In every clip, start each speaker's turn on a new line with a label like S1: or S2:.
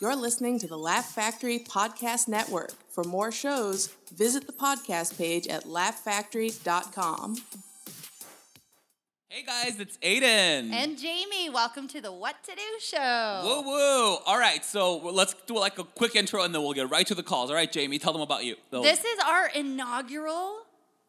S1: You're listening to the Laugh Factory Podcast Network. For more shows, visit the podcast page at laughfactory.com.
S2: Hey guys, it's Aiden.
S3: And Jamie, welcome to the What to Do show.
S2: woo woo. All right, so let's do like a quick intro and then we'll get right to the calls. All right, Jamie, tell them about you. The-
S3: This is our inaugural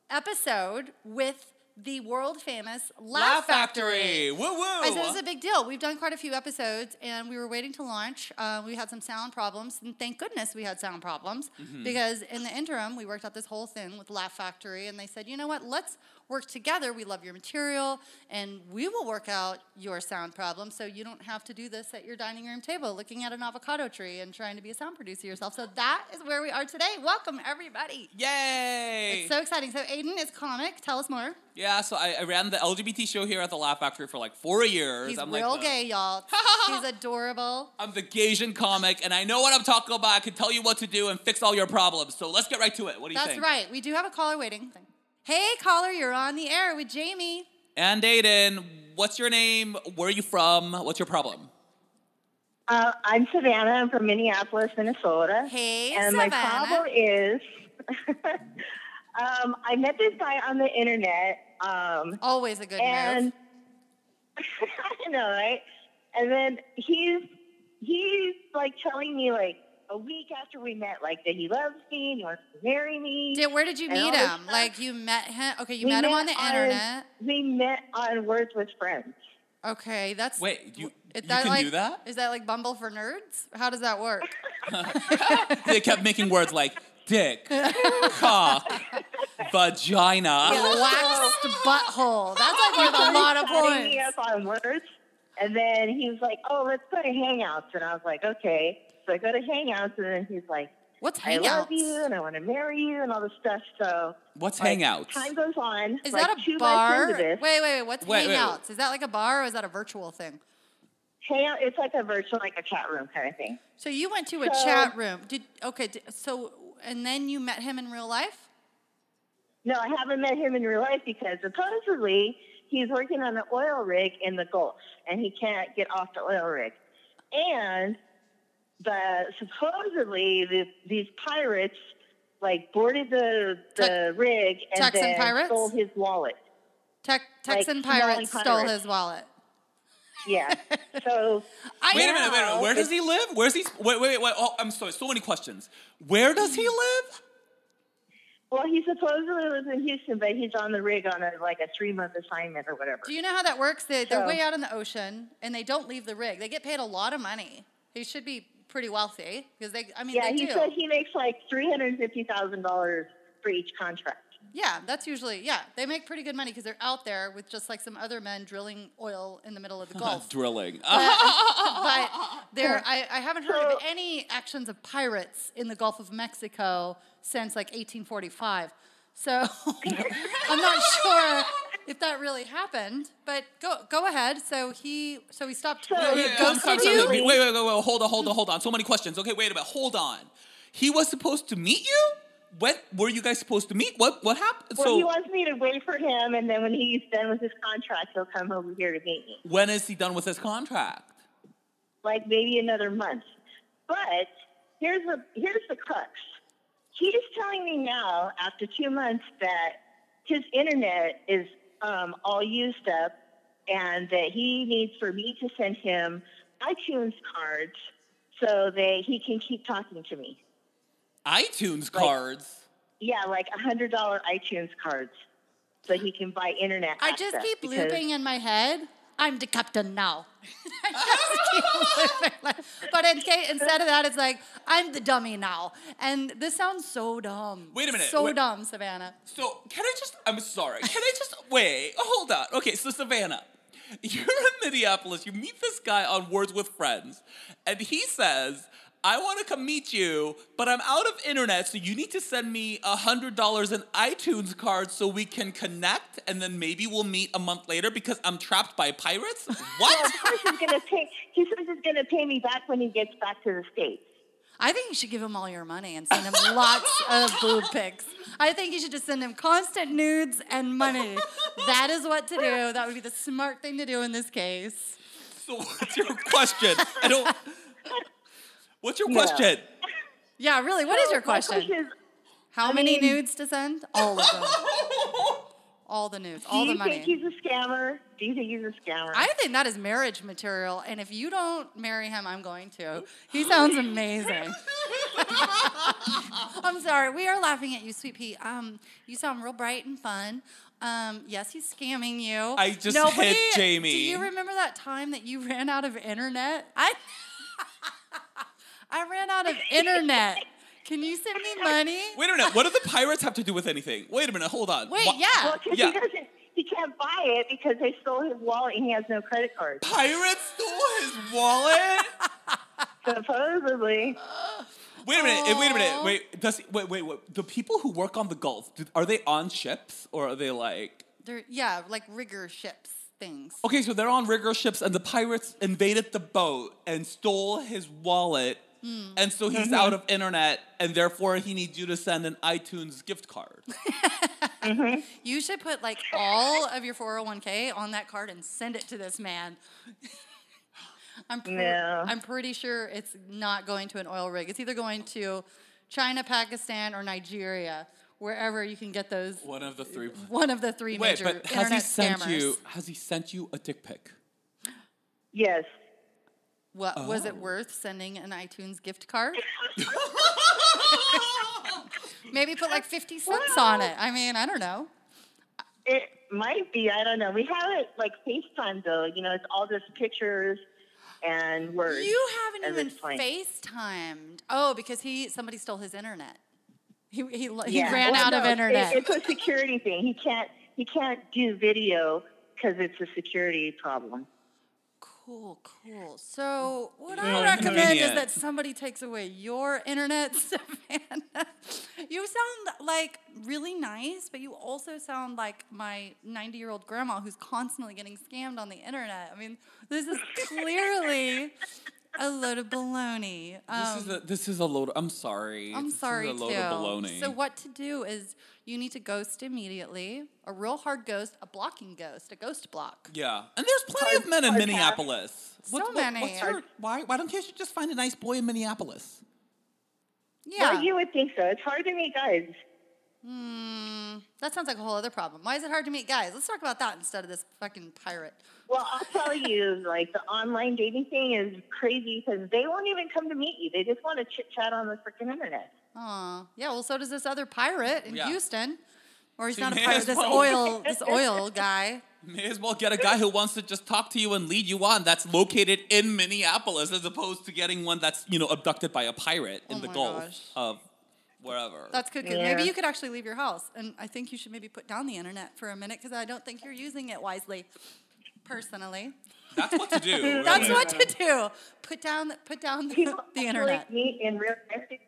S3: episode with the world famous Laugh, Factory.
S2: Woo woo.
S3: I said it's a big deal. We've done quite a few episodes, and we were waiting to launch. Uh, we had some sound problems, and thank goodness we had sound problems
S2: Mm-hmm.
S3: because in the interim, we worked out this whole thing with Laugh Factory, and they said, you know what? Let's work together. We love your material, and we will work out your sound problem, so you don't have to do this at your dining room table, looking at an avocado tree and trying to be a sound producer yourself. So that is where we are today. Welcome everybody.
S2: Yay.
S3: It's so exciting. So Aiden is comic. Tell us more.
S2: yeah, so I, I ran the LGBT show here at the Laugh Factory for like four years.
S3: He's
S2: I'm like
S3: real
S2: the-
S3: gay, y'all. He's adorable.
S2: I'm the Gaysian comic, and I know what I'm talking about. I can tell you what to do and fix all your problems. So let's get right to it. What do you
S3: That's
S2: think?
S3: right. We do have a caller waiting. Hey, caller, you're on the air with Jamie.
S2: And Aiden, what's your name? Where are you from? What's your problem?
S4: Uh, I'm Savannah. I'm from Minneapolis, Minnesota.
S3: Hey,
S4: and my
S3: Savannah.
S4: problem is, um, I met this guy on the internet, um,
S3: Always a good
S4: and
S3: nerve.
S4: I know, right? And then he's he's like telling me like a week after we met, like that he loves me and he wants to marry me.
S3: Did, where did you
S4: and all
S3: meet
S4: this
S3: him?
S4: stuff.
S3: Like you met him? Okay, you
S4: We
S3: met, him on the internet.
S4: We met on Words with Friends.
S3: Okay, that's
S2: Wait, you,
S3: is
S2: you
S3: that
S2: can
S3: like,
S2: do that?
S3: Is that like Bumble for nerds? How does that work?
S2: they kept making words like dick, cock, vagina.
S3: Waxed butthole. That's like worth a lot of
S4: Chatting me
S3: points.
S4: up on words. And then he was like, "Oh, let's go to Hangouts," and I was like, "Okay." So I go to Hangouts, and then he's like,
S3: What's
S4: "I love you,
S3: hangouts?
S4: and I want to marry you, and all this stuff." So
S2: What's
S4: like,
S2: Hangouts?
S4: Time goes on.
S3: Is
S4: like,
S3: that
S4: two
S3: a bar?
S4: Months into
S3: Wait,
S4: this,
S3: wait, wait. What's
S2: Wait, wait,
S3: hangouts? Is that like a bar or is that a virtual thing?
S4: Hangout, it's like a virtual, like a chat room kind of thing.
S3: So you went to a
S4: So-
S3: chat room. Did okay? d so and then you met him in real life.
S4: No, I haven't met him in real life because supposedly he's working on an oil rig in the Gulf and he can't get off the oil rig. And the supposedly the, these pirates like boarded the the rig and
S3: Texan
S4: then
S3: pirates?
S4: stole his wallet.
S3: Tec- Texan
S4: Like, Maryland
S3: pirates stole
S4: pirates.
S3: his wallet.
S4: Yeah. so
S3: I
S2: Wait a minute, wait a minute. Where does
S4: it's-
S2: he live? Where's he? Wait, wait, wait. Oh, I'm sorry. So many questions. Where does he live?
S4: well, he supposedly lives in Houston, but he's on the rig on a like a three month assignment or whatever.
S3: Do you know how that works? They, they're
S4: So-
S3: way out in the ocean and they don't leave the rig. They get paid a lot of money. He should be pretty wealthy because they. I mean,
S4: yeah,
S3: they
S4: he
S3: do.
S4: said he makes like three hundred and fifty thousand dollars for each contract.
S3: yeah, that's usually yeah. They make pretty good money because they're out there with just like some other men drilling oil in the middle of the Gulf.
S2: Drilling.
S3: but there, I, I haven't heard of
S4: So-
S3: any actions of pirates in the Gulf of Mexico since like 1845. So I'm not sure if that really happened. But go go ahead. So he so he stopped.
S4: So-
S3: he
S4: Yeah,
S2: Yeah, I'm
S3: ghosted
S2: sorry, I'm
S3: you?
S2: sorry. Wait, wait, wait, wait. Hold on, hold on, hold on. So many questions. Okay, wait a minute. Hold on. He was supposed to meet you. When were you guys supposed to meet? What what happened?
S4: Well,
S2: so
S4: he wants me to wait for him, and then when he's done with his contract, he'll come over here to meet me.
S2: when is he done with his contract?
S4: Like maybe another month. But here's the here's the crux. He's telling me now, after two months, that his internet is um, all used up, and that he needs for me to send him iTunes cards so that he can keep talking to me.
S2: iTunes cards.
S4: Yeah, like a hundred dollar iTunes cards, so he can buy internet.
S3: I just
S4: access
S3: keep
S4: because-
S3: looping in my head. I'm the captain now. I just keep looping, like- but in ca- instead of that, it's like I'm the dummy now, and this sounds so dumb.
S2: Wait a minute,
S3: so
S2: wait-
S3: dumb, Savannah.
S2: So can I just? I'm sorry. Can I just wait? Hold on. Okay, so Savannah, you're in Minneapolis. You meet this guy on Words with Friends, and he says, "I want to come meet you, but I'm out of internet, so you need to send me a hundred dollars in iTunes cards so we can connect, and then maybe we'll meet a month later because I'm trapped by pirates." What?
S4: Of course he's gonna pay. He says he's gonna pay me back when he gets back to the states.
S3: I think you should give him all your money and send him lots of boob pics. I think you should just send him constant nudes and money. That is what to do. That would be the smart thing to do in this case.
S2: so what's your question? I don't. What's your
S4: Yeah.
S2: question?
S3: Yeah, really. What is your question? How
S4: I
S3: many
S4: mean-
S3: nudes to send? All of them. All the nudes.
S4: Do
S3: All the
S4: you
S3: money.
S4: think he's a scammer? Do you think he's a scammer?
S3: I think that is marriage material, and if you don't marry him, I'm going to. He sounds amazing. I'm sorry, we are laughing at you, sweet pea. Um, you sound real bright and fun. Um, yes, he's scamming you.
S2: I just hit Jamie.
S3: Do you remember that time that you ran out of internet? I I ran out of internet. Can you send me money?
S2: Wait a minute. What do the pirates have to do with anything? Wait a minute. Hold on.
S3: Wait,
S2: Wha-
S3: yeah.
S4: Well, because
S2: Yeah.
S4: he doesn't, he can't buy it because they stole his wallet and he has no credit card.
S2: Pirates stole his wallet.
S4: Supposedly,
S2: Wait a minute. eh, Wait a minute.
S3: Aw.
S2: Wait. Does wait wait wait. The people who work on the Gulf do- are they on ships or are they like?
S3: They're, yeah, like rigor ships things.
S2: Okay, so they're on rigger ships, and the pirates invaded the boat and stole his wallet,
S3: Hmm.
S2: and so he's out of internet, and therefore he needs you to send an iTunes gift card.
S3: You should put like all of your 401k on that card and send it to this man. I'm pre-
S4: No.
S3: I'm pretty sure it's not going to an oil rig. It's either going to China, Pakistan, or Nigeria, wherever you can get those.
S2: One of the three.
S3: One of the three
S2: Wait,
S3: major
S2: but has
S3: internet
S2: he sent
S3: scammers.
S2: you? Has he sent you a dick pic?
S4: yes.
S3: What was
S2: Oh.
S3: it worth sending an iTunes gift card? Maybe put like 50 cents on it. I mean, I don't know.
S4: It might be. I don't know. We have it like FaceTime though. You know, it's all just pictures and words.
S3: You
S4: at
S3: haven't even
S4: this point.
S3: FaceTimed. Oh, because he somebody stole his internet. He he, lo- he
S4: Yeah.
S3: ran
S4: Well,
S3: out of
S4: no, it-
S3: internet.
S4: it's a security thing. He can't. He can't do video because it's a security problem.
S3: cool, cool. So what
S2: Oh,
S3: I recommend is
S2: convenient.
S3: that somebody takes away your internet, Savannah. you sound like really nice, but you also sound like my 90 year old grandma who's constantly getting scammed on the internet. I mean, this is clearly a load of baloney. Um,
S2: This is a, this is a load. I'm sorry.
S3: I'm
S2: This is
S3: sorry
S2: a load
S3: too.
S2: of baloney.
S3: So what to do is you need to ghost immediately. A real hard ghost, a blocking ghost, a ghost block.
S2: Yeah, and there's plenty of men in
S4: hard pass.
S2: Minneapolis.
S3: So many.
S2: What's your, why? Why don't you just find a nice boy in Minneapolis?
S3: Yeah.
S4: Well, you would think so. It's hard to meet guys.
S3: that sounds like a whole other problem. Why is it hard to meet guys? Let's talk about that instead of this fucking pirate.
S4: Well, I'll tell you, like the online dating thing is crazy because they won't even come to meet you. They just want to chit chat on the freaking internet.
S3: Aw. Yeah, well so does this other pirate in
S2: Yeah.
S3: Houston. Or he's
S2: She
S3: not a
S2: may
S3: pirate,
S2: as
S3: this
S2: well.
S3: oil this oil guy.
S2: May as well get a guy who wants to just talk to you and lead you on. That's located in Minneapolis, as opposed to getting one that's you know abducted by a pirate in
S3: Oh
S2: the
S3: my
S2: Gulf
S3: gosh.
S2: of wherever.
S3: That's cuckoo.
S4: Yeah.
S3: Maybe you could actually leave your house. And I think you should maybe put down the internet for a minute because I don't think you're using it wisely. Personally.
S2: That's what to do.
S3: That's
S2: really.
S3: what to do. Put down, put down the,
S4: People
S3: the
S4: actually
S3: internet.
S4: meet in real life.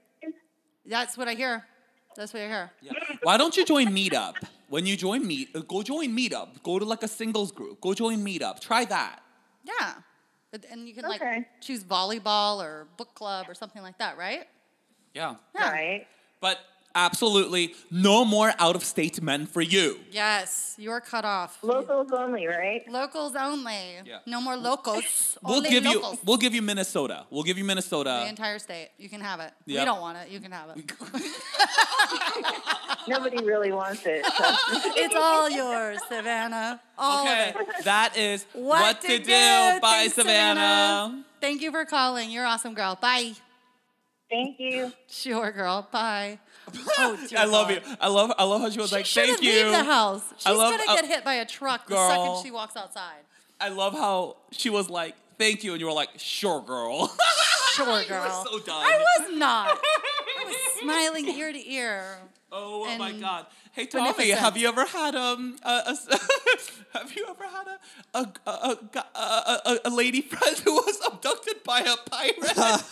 S3: That's what I hear. That's what I hear.
S2: Yeah. Why don't you join Meetup? When you join Meet, uh, go join Meetup. Go to like a singles group. Go join Meetup. Try that.
S3: Yeah, But- and you can like
S4: Okay.
S3: choose volleyball or book club or something like that, right?
S2: Yeah.
S3: Yeah.
S4: Right.
S2: But absolutely no more out of state men for you.
S3: Yes, you're cut off.
S4: Locals only, right?
S3: locals only.
S2: Yeah.
S3: No more locals.
S2: We'll
S3: only
S2: give
S3: locals.
S2: you we'll give you Minnesota. We'll give you
S3: the
S2: Minnesota.
S3: entire state. You can have it.
S2: Yep.
S3: We don't want it. You can have it.
S4: Nobody really wants it. So.
S3: it's all yours, Savannah. All
S2: okay.
S3: of it.
S2: That is what, to, do. Bye,
S3: Thanks,
S2: Savannah.
S3: Thank you for calling. You're awesome, girl. Bye.
S4: Thank you.
S3: Sure, girl. Bye. Oh, dear
S2: I love
S3: God.
S2: you. I love I love how she was
S3: She
S2: like,
S3: shouldn't
S2: thank you.
S3: leave the house. She's
S2: I love-
S3: gonna
S2: I-
S3: get hit by a truck the
S2: Girl.
S3: second she walks outside.
S2: I love how she was like, thank you, and you were like, sure, girl.
S3: Sure,
S2: you were
S3: girl.
S2: so done.
S3: I was not. I was smiling ear to ear.
S2: Oh, my
S3: and
S2: God! Hey, Tommy, have
S3: beneficent.
S2: you ever had um a, a s- have you ever had a a, a, a, a, a- a lady friend who was abducted by a pirate?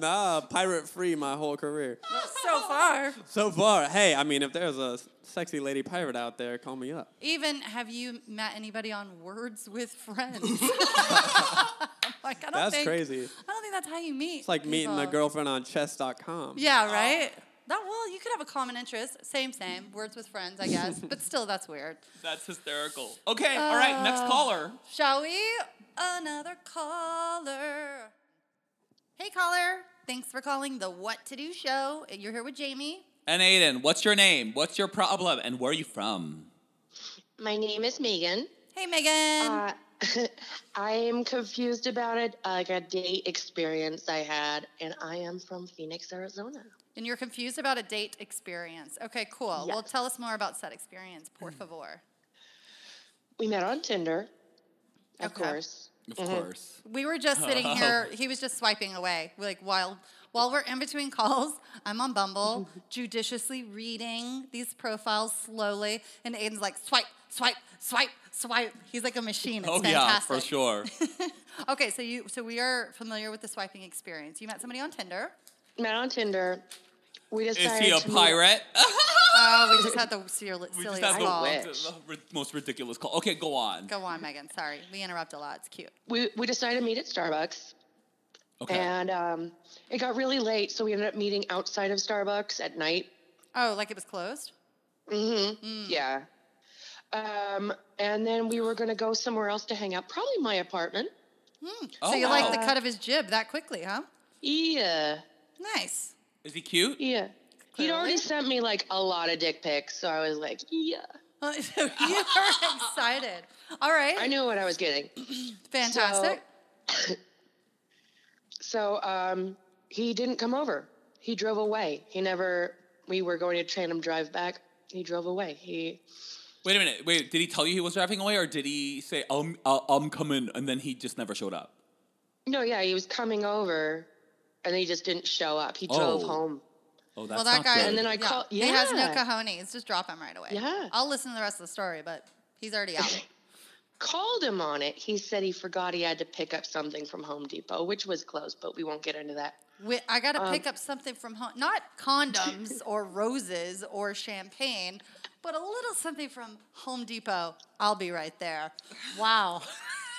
S5: nah, pirate free my whole career.
S3: So far.
S5: So far, hey, I mean, if there's a sexy lady pirate out there, call me up.
S3: Even have you met anybody on Words with Friends? like, I don't
S5: That's
S3: think-
S5: crazy.
S3: I don't think that's how you meet.
S5: It's like meeting a
S3: people.
S5: girlfriend on chess.com.
S3: Yeah, right? That well, you could have a common interest. Same, same. Words with friends, I guess. but still, that's weird.
S2: That's hysterical. Okay, all right, next
S3: Uh,
S2: caller.
S3: Shall we? Another caller. Hey, caller. Thanks for calling the What to Do show. You're here with Jamie.
S2: And Aiden, what's your name? What's your problem? And where are you from?
S6: My name is Megan.
S3: Hey, Megan.
S6: Uh, I am confused about it, like a date experience I had, and I am from Phoenix, Arizona.
S3: and you're confused about a date experience. Okay, cool. Well,
S6: Yes.
S3: tell us more about said experience, por favor.
S6: We met on Tinder, of
S3: Okay.
S6: course.
S2: Of
S3: Mm-hmm.
S2: course.
S3: We were just sitting
S2: Oh.
S3: here. He was just swiping away, like while while we're in between calls. I'm on Bumble, judiciously reading these profiles slowly, and Aiden's like swipe, swipe, swipe, swipe. He's like a machine. It's
S2: oh yeah,
S3: fantastic.
S2: for sure.
S3: Okay, so you so we are familiar with the swiping experience. You met somebody on Tinder.
S6: Met on Tinder. We decided
S2: Is he a
S6: to meet-
S2: pirate?
S3: Oh, we just had the silly,
S2: we just
S3: silliest
S2: had the,
S3: call.
S6: wit.
S2: the- the ri- most ridiculous call. Okay, go on.
S3: Go on, Megan. Sorry, we interrupt a lot. It's cute.
S6: we, we decided to meet at Starbucks,
S2: Okay.
S6: and um, it got really late, so we ended up meeting outside of Starbucks at night.
S3: Oh, like it was closed.
S2: Hmm.
S6: Yeah. Um, and then we were going to go somewhere else to hang out, probably my apartment.
S2: oh,
S3: Hmm. so you
S2: wow.
S3: like the cut of his jib that quickly, huh?
S6: Yeah.
S3: Nice.
S2: Is he cute?
S6: Yeah. He'd
S3: Clearly.
S6: already sent me like a lot of dick pics, so I was like, yeah.
S3: Well, so you are excited. All right.
S6: I knew what I was getting.
S3: Fantastic.
S6: So um, he didn't come over. He drove away. He never, we were going to train him drive back. He drove away. He,
S2: Wait a minute. Wait, did he tell you he was driving away, or did he say I'm uh, I'm coming, and then he just never showed up?
S6: no, yeah, he was coming over and he just didn't show up. He drove
S2: Oh.
S6: home.
S2: Oh, that's
S3: well, that
S2: not
S3: guy.
S2: good.
S6: And then I call-
S3: He has no
S6: yeah.
S3: cojones. Just drop him right away.
S6: Yeah.
S3: I'll listen to the rest of the story, but he's already out.
S6: Called him on it. He said he forgot he had to pick up something from Home Depot, which was closed, but we won't get into that.
S3: we, I got to
S6: Um,
S3: pick up something from home. Not condoms or roses or champagne, but a little something from Home Depot. I'll be right there. Wow.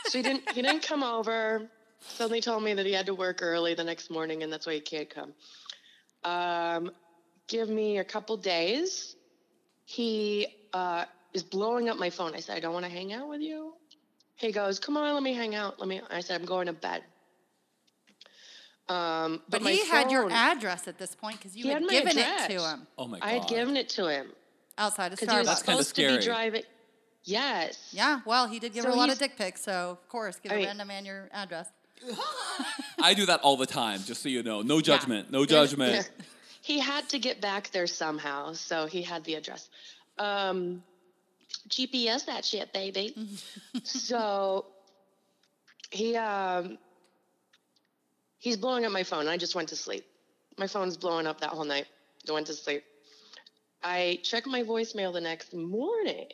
S6: So he didn't he didn't come over. Suddenly told me that he had to work early the next morning and that's why he can't come. Um, give me a couple days. He uh, is blowing up my phone. I said, I don't want to hang out with you. He goes, Come on, let me hang out. Let me. I said, I'm going to bed. Um,
S3: But,
S6: but, my
S3: he had your
S6: phone-
S3: address at this point because you
S6: He
S3: had,
S6: had my
S3: given it
S6: address.
S3: to him
S2: oh my god.
S6: I had given it to him
S3: outside of
S6: because he was
S3: Starbucks.
S2: That's kinda
S6: supposed to
S2: scary.
S6: be driving. Yes.
S3: Yeah, well, he did give
S6: So
S3: her a lot of
S6: he's-
S3: dick pics, so of course, give
S6: I
S3: a
S6: mean-
S3: random man your address.
S2: I do that all the time, just so you know. No judgment. No
S3: There's-
S2: judgment.
S6: he had to get back there somehow, so he had the address. Um, GPS that shit, baby. so he um, he's blowing up my phone. I just went to sleep. My phone's blowing up that whole night. I went to sleep. I check my voicemail the next morning,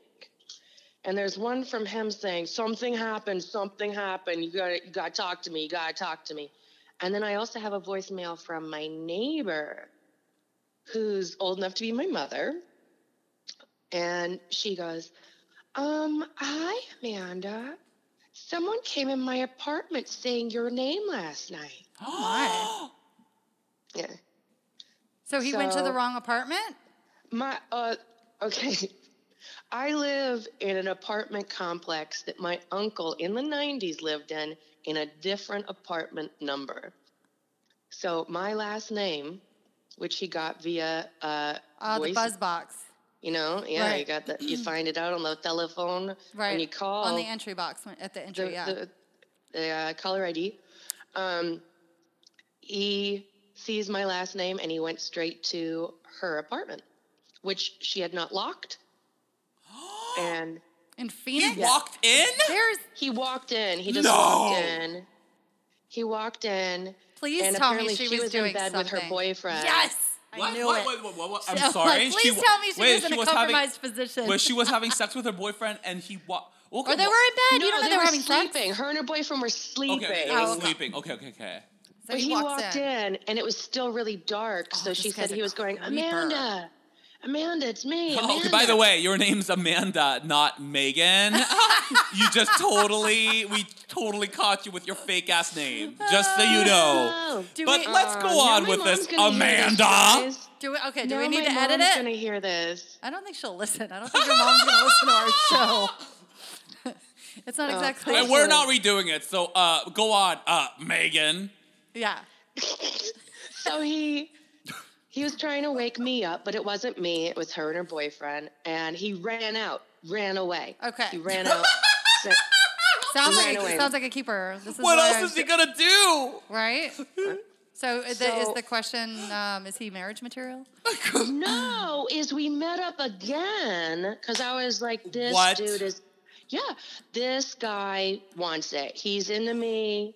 S6: and there's one from him saying something happened. Something happened. You got to you got to talk to me. You got to talk to me. And then I also have a voicemail from my neighbor who's old enough to be my mother. And she goes, Um, hi, Amanda. Someone came in my apartment saying your name last night.
S3: my.
S6: Yeah.
S3: So he went to the
S6: So-
S3: wrong apartment?
S6: My, uh, okay. I live in an apartment complex that my uncle in the 90s lived in, in a different apartment number. So my last name, which he got via uh,
S3: Uh, the
S6: voice-
S3: buzz box.
S6: You know, yeah, you
S3: Right.
S6: got that. You find it out on the telephone
S3: Right.
S6: when you call
S3: On the entry box when- at the entry,
S6: the,
S3: yeah.
S6: the, the, uh, caller ID. Um, he sees my last name and he went straight to her apartment, which she had not locked. and
S2: He
S3: In Phoenix.
S2: walked in.
S3: There's,
S6: he walked in. He just
S2: No.
S6: walked in. He walked in.
S3: please
S6: and
S3: tell me
S6: apparently
S3: she
S6: she
S3: was doing
S6: in bed with her
S3: something.
S6: boyfriend.
S3: yes! I
S2: What?
S3: knew
S2: what,
S3: it.
S2: what, what, what, what?
S3: So,
S2: I'm sorry.
S3: please
S2: wa-
S3: tell me she
S2: wait,
S3: was in a
S2: was
S3: compromised
S2: having,
S3: position.
S2: Where she was having sex with her boyfriend, and he walked. Okay,
S3: or they
S2: wha-
S3: were in bed.
S6: No,
S3: you don't know
S6: they,
S3: they, were having sex.
S6: sleeping. Her and her boyfriend were sleeping.
S2: Okay, okay, they
S3: Oh,
S2: were
S3: okay.
S2: sleeping. Okay, okay, okay.
S3: So
S6: But he, walked, in. and it was still really dark. so
S3: Oh, this
S6: she
S3: guy's
S6: said
S3: a
S6: he was going,
S3: creeper.
S6: Amanda, Amanda, it's me.
S2: Oh,
S6: Amanda.
S2: okay, by the way, your name's Amanda, not Megan. you just totally, we totally caught you with your fake ass name. Just so you know.
S6: Oh.
S3: Do
S2: but
S3: we- um,
S2: let's go
S6: Now
S2: on
S6: my
S2: with this,
S6: mom's gonna hear this,
S2: Amanda.
S6: guys.
S3: Do we, okay, do
S6: Now
S3: we need
S6: my
S3: to edit
S6: mom's
S3: it?
S6: gonna hear this.
S3: I don't think she'll listen. I don't think your mom's going to listen to our show. it's
S6: Oh,
S3: not exactly.
S2: and we're not redoing it, so uh, go on, uh, Megan.
S3: Yeah.
S6: so he he was trying to wake me up, but it wasn't me. It was her and her boyfriend, and he ran out, ran away.
S3: Okay.
S6: he ran out. So-
S3: Sounds
S6: Right
S3: like
S6: away.
S3: sounds like a keeper. This is
S2: What
S3: why
S2: else
S3: I-
S2: is he gonna do?
S3: right? So, is the, is
S6: So-
S3: the question um, is he marriage material?
S6: no, is we met up again because I was like, this
S2: What?
S6: dude is, yeah, this guy wants it. He's into me.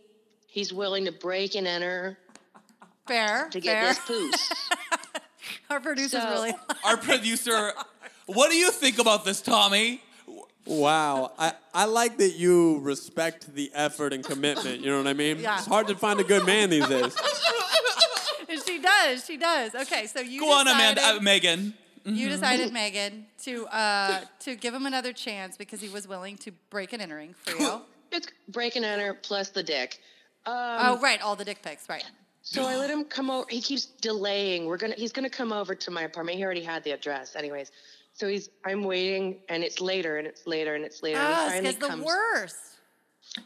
S6: He's willing to break and enter
S3: Fair,
S6: to
S3: fair.
S6: get this poos.
S3: Our producer's
S6: So-
S3: really
S2: Our producer, what do you think about this, Tommy?
S5: Wow. I, I like that you respect the effort and commitment. You know what I mean?
S3: Yeah.
S5: It's hard to find a good man these days.
S3: she does, she does. Okay, so you
S2: Go on,
S3: decided,
S2: Amanda, uh, Megan.
S3: You decided, Megan, to uh, to give him another chance because he was willing to break an entering for you.
S6: It's break and enter plus the dick. Um,
S3: oh, right, all the dick pics, right?
S6: So I let him come over. He keeps delaying. We're gonna. He's gonna come over to my apartment. He already had the address, anyways. So he's. I'm waiting, and it's later, and it's later, and it's later. and he
S3: Oh,
S6: finally
S3: it's the
S6: comes.
S3: worst.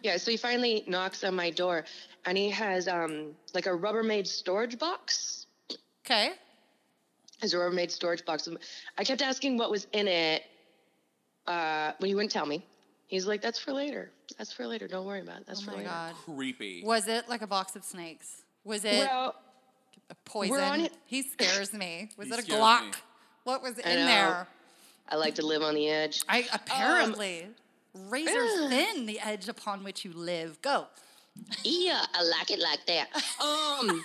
S6: Yeah. So he finally knocks on my door, and he has um like a Rubbermaid storage box.
S3: Okay,
S6: His Rubbermaid storage box. And I kept asking what was in it. Uh, when he wouldn't tell me, he's like, "That's for later. That's for later. Don't worry about it. That's
S3: oh
S6: for
S3: my
S6: later."
S3: god,
S2: Creepy.
S3: was it like a box of snakes? Was it
S6: Well,
S3: poison?
S6: on it.
S3: He scares me. Was
S2: He
S3: it a
S2: scares
S3: Glock?
S2: me.
S3: What was in
S6: know.
S3: there?
S6: I like to live on the edge.
S3: I apparently razor
S6: ugh.
S3: thin the edge upon which you live. Go.
S6: Yeah, I like it like that. Um.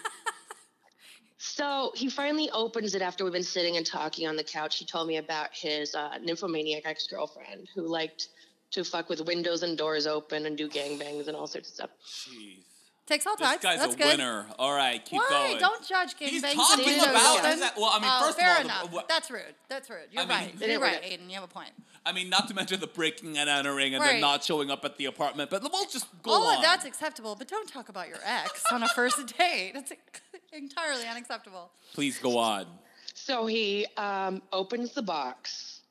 S6: so he finally opens it after we've been sitting and talking on the couch. He told me about his uh, nymphomaniac ex girlfriend who liked to fuck with windows and doors open and do gangbangs and all sorts of stuff.
S2: Jeez.
S3: Takes all
S2: This
S3: types.
S2: guy's
S3: That's
S2: a
S3: good.
S2: winner. All right, keep
S3: Why?
S2: going.
S3: Don't judge gangbangs.
S2: He's
S3: and
S2: talking
S3: windows
S6: about-
S3: open.
S6: is
S2: that- well, I mean,
S3: Oh,
S2: first of
S3: fair
S2: all, the-
S3: enough.
S2: what-
S3: That's rude. That's rude. You're
S2: I mean,
S3: right.
S6: it
S3: You're
S6: ain't
S3: right,
S6: working.
S3: Aiden. You have a point.
S2: I mean, not to mention the breaking and entering and
S3: Right.
S2: then not showing up at the apartment, but we'll just go
S3: all
S2: on.
S3: of that's acceptable, but don't talk about your ex on a first date. That's entirely unacceptable.
S2: Please go on.
S6: So he um, opens the box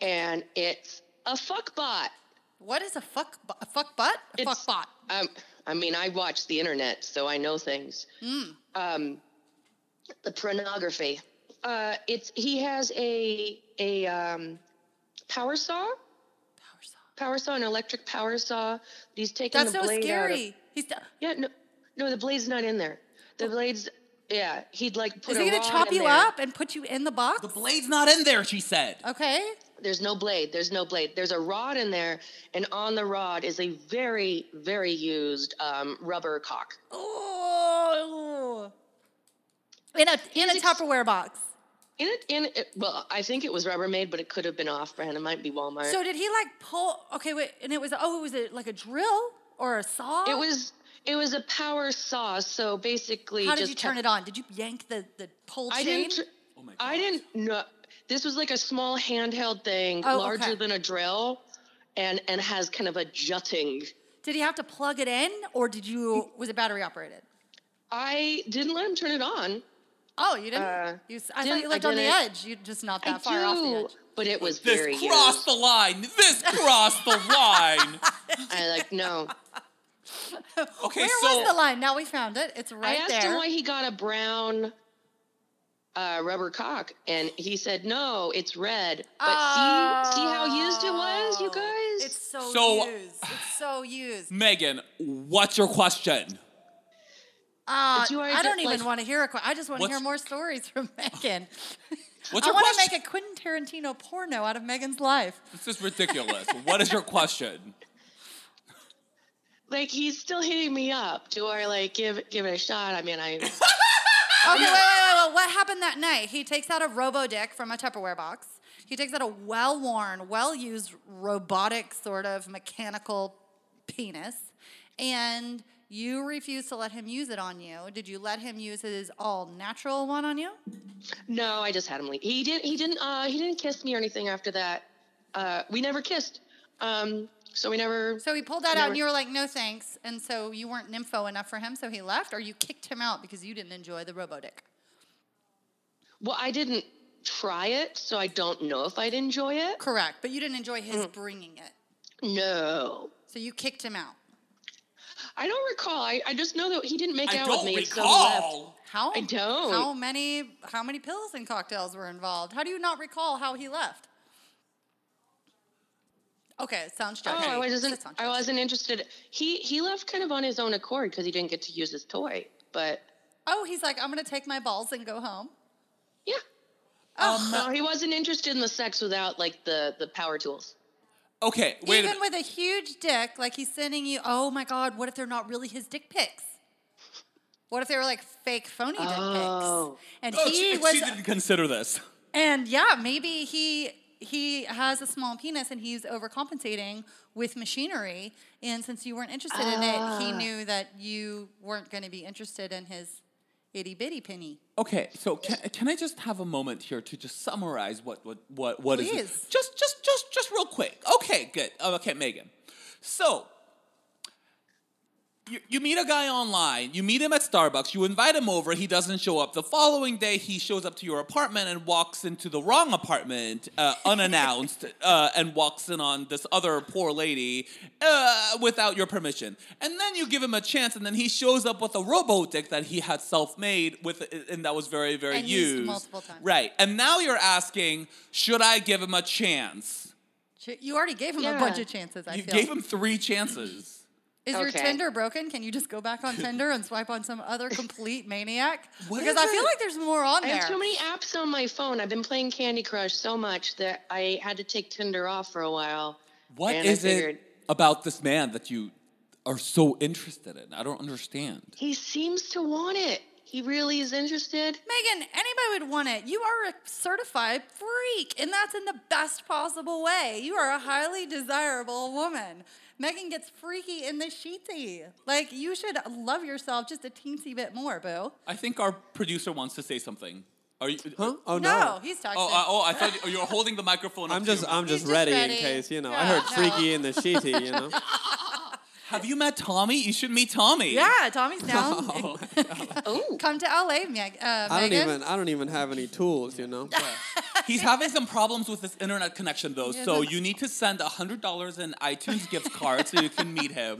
S6: and it's a fuck bot.
S3: What is a fuck bu- a fuck butt? A
S6: It's-
S3: fuck bot.
S6: Um, I mean, I watch the internet, so I know things.
S3: Mm.
S6: Um, the pornography. Uh, it's he has a a um, power saw,
S3: Power saw.
S6: power saw, an electric power saw. He's taking
S3: That's
S6: the
S3: so
S6: blade out. Of,
S3: scary. He's d-
S6: yeah, no, no, the blade's not in there. The blade's yeah. He'd like put.
S3: is he
S6: going to
S3: chop you up and put you in the box?
S2: The blade's not in there, she said.
S3: okay.
S6: There's no blade. There's no blade. There's a rod in there, and on the rod is a very very used um, rubber cock.
S3: Oh. In a in a
S6: He's ex-
S3: Tupperware box.
S6: In it, in it, well, I think it was Rubbermaid, but it could have been off brand. It might be Walmart.
S3: So did he like pull? Okay, wait, and it was oh, it was a, like a drill or a saw.
S6: it was it was a power saw. So basically,
S3: How did
S6: just
S3: you turn it on? Did you yank the the pull
S6: I
S3: chain?
S6: didn't. tr-
S2: Oh my
S6: I didn't know. This was like a small handheld thing,
S3: Oh,
S6: larger
S3: okay.
S6: than a drill, and and has kind of a jutting.
S3: did he have to plug it in, or did you? Was it battery operated?
S6: I didn't let him turn it on.
S3: Oh, you didn't.
S6: Uh,
S3: you, s- I
S6: didn't-
S3: thought you
S6: I
S3: lived on the
S6: didn't-
S3: edge. You're just not that
S6: I
S3: far off the
S6: do,
S3: edge.
S6: but it was
S2: This
S6: very
S2: crossed
S6: used.
S2: the line. This crossed the line.
S6: I like no.
S2: Okay,
S3: Where
S2: so
S3: was the line? Now we found it. It's
S6: I
S3: right
S6: asked
S3: there.
S6: him why he got a brown uh, rubber cock, and he said, "No, it's red." But see, see how used it was, you
S3: Oh,
S6: guys.
S3: It's so,
S2: So-
S3: used. It's so used.
S2: Megan, what's your question?
S3: Uh,
S6: But you are
S3: I don't
S6: just,
S3: even
S6: like-
S3: want to hear a qu- I just want to hear
S2: What's-
S3: more stories from Megan.
S2: What's
S3: I
S2: your
S3: want
S2: question?
S3: to make a Quentin Tarantino porno out of Megan's life.
S2: This is ridiculous. what is your question?
S6: like he's still hitting me up. Do I like give give it a shot? I mean, I
S3: Okay, Oh, wait, wait, wait, wait. What happened that night? He takes out a robo dick from a Tupperware box. He takes out a well worn, well used, robotic sort of mechanical penis, and you refuse to let him use it on you. Did you let him use his all natural one on you?
S6: no, I just had him leave. He didn't. He didn't. Uh, he didn't kiss me or anything after that. Uh, we never kissed. Um, so we never.
S3: So he pulled that out, and
S6: Never.
S3: you were like, no thanks. And so you weren't nympho enough for him, so he left, or you kicked him out because you didn't enjoy the robo dick.
S6: well, I didn't try it, so I don't know if I'd enjoy it.
S3: Correct, but you didn't enjoy his bringing it.
S6: No,
S3: So you kicked him out.
S6: I don't recall. I, I just know that he didn't make
S2: I
S6: out
S2: don't
S6: with me. so he left.
S2: recall.
S3: How
S6: I don't.
S3: How many how many pills and cocktails were involved? How do you not recall how he left? Okay, sounds
S6: Oh,
S3: judgy.
S6: I
S3: That
S6: wasn't.
S3: sounds
S6: I
S3: judgy.
S6: wasn't interested. He he left kind of on his own accord because he didn't get to use his toy. But
S3: Oh, he's like, I'm gonna take my balls and go home.
S6: yeah,
S3: Oh.
S2: Um,
S6: no, he wasn't interested in the sex without like the the power tools.
S2: okay, wait. a minute.
S3: Even with a huge dick, like he's sending you. Oh my God, what if they're not really his dick pics? What if they were like fake phony
S6: Oh.
S3: dick pics? And
S2: oh,
S3: he
S2: she,
S3: was.
S2: she didn't consider this.
S3: And yeah, maybe he he has a small penis and he's overcompensating with machinery. And since you weren't interested in it,
S6: Ah.
S3: he knew that you weren't going to be interested in his itty bitty penny.
S2: Okay, so can, can I just have a moment here to just summarize what what what what is
S3: Please.
S2: just just just just real quick. Okay, good. Oh, Okay, Megan. So you, you meet a guy online, you meet him at Starbucks, you invite him over, he doesn't show up. The following day, he shows up to your apartment and walks into the wrong apartment uh, unannounced uh, and walks in on this other poor lady uh, without your permission. And then you give him a chance, and then he shows up with a robo dick that he had self made with, and that was very, very
S3: And used
S2: used.
S3: multiple times.
S2: Right. And now you're asking, should I give him a chance?
S3: Ch- You already gave him a
S6: Yeah.
S3: bunch of chances. I
S2: You
S3: feel.
S2: gave him three chances.
S3: Is your
S6: Okay.
S3: Tinder broken? Can you just go back on Tinder and swipe on some other complete maniac?
S2: What
S3: because
S2: is
S3: I feel
S2: it?
S3: like there's more on
S6: I
S3: there.
S6: have too many apps on my phone. I've been playing Candy Crush so much that I had to take Tinder off for a while.
S2: What
S6: and
S2: is
S6: I figured,
S2: it about this man that you are so interested in? I don't understand.
S6: He seems to want it. He really is interested.
S3: Megan, anybody would want it. You are a certified freak, and that's in the best possible way. You are a highly desirable woman. Megan gets freaky in the sheetsy. Like, you should love yourself just a teensy bit more, boo.
S2: I think our producer wants to say something. Are you? uh,
S5: Huh? Oh no.
S3: No, he's texting.
S2: Oh, I- oh, I thought you were holding the microphone. up
S5: I'm
S2: to
S5: just uh,
S2: your mouth.
S5: I'm just
S3: just
S5: ready,
S3: ready.
S5: in case you know. I
S3: Yeah,
S5: heard
S3: no.
S5: freaky in the sheety, you know.
S2: Have you met Tommy? You should meet Tommy.
S3: yeah, Tommy's down.
S6: Oh,
S3: Come to LA, Meg- uh,
S5: I don't
S3: Megan.
S5: even I don't even have any tools, you know.
S2: He's having some problems with his internet connection though,
S3: He
S2: so
S3: doesn't-
S2: you need to send hundred dollars in iTunes gift card so you can meet him.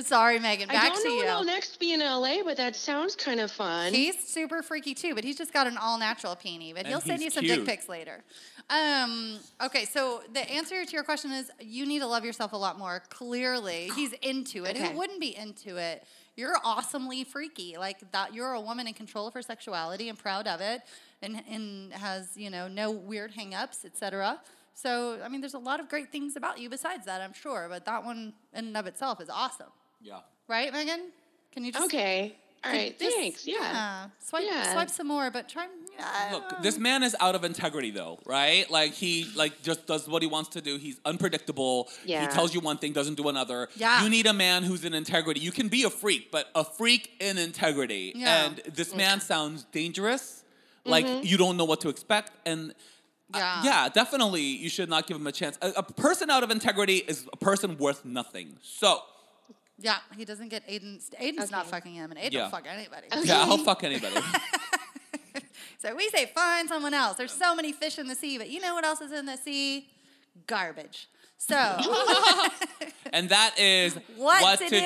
S3: Sorry, Megan.
S6: I
S3: Back
S6: don't
S3: to
S6: know
S3: you.
S6: when I'll next be in LA, but that sounds kind of fun.
S3: He's super freaky too, but he's just got an all natural peenie. But he'll send you
S2: he's
S3: some dick
S2: cute.
S3: pics later. Um, okay, so the answer to your question is you need to love yourself a lot more. Clearly, he's into it.
S6: Okay.
S3: Who wouldn't be into it? You're awesomely freaky. Like that, you're a woman in control of her sexuality and proud of it, and and has you know no weird hangups, etc. So I mean, there's a lot of great things about you besides that, I'm sure. But that one in and of itself is awesome,
S2: yeah.
S3: right, Megan? Can you just
S6: okay. All right.
S3: just-
S6: Thanks. Yeah.
S3: Swipe,
S6: Yeah.
S3: swipe some more, but try. Yeah.
S2: Look, this man is out of integrity though, right? Like he like just does what he wants to do. He's unpredictable.
S6: Yeah.
S2: He tells you one thing, doesn't do another.
S3: Yeah.
S2: You need a man who's in integrity. You can be a freak, but a freak in integrity.
S3: Yeah. Mm-hmm.
S2: And this man sounds dangerous. Like you don't know what to expect and uh,
S3: Yeah.
S2: yeah, definitely you should not give him a chance. A, a person out of integrity is a person worth nothing. So,
S3: yeah, he doesn't get Aiden. Aiden's not
S6: Okay.
S3: fucking him, and Aiden
S2: Yeah.
S3: don't fuck anybody.
S2: yeah, I'll fuck anybody.
S3: so we say find someone else. There's so many fish in the sea, but you know what else is in the sea? Garbage. So
S2: and that is
S3: What to
S2: to,
S3: Do.
S2: do.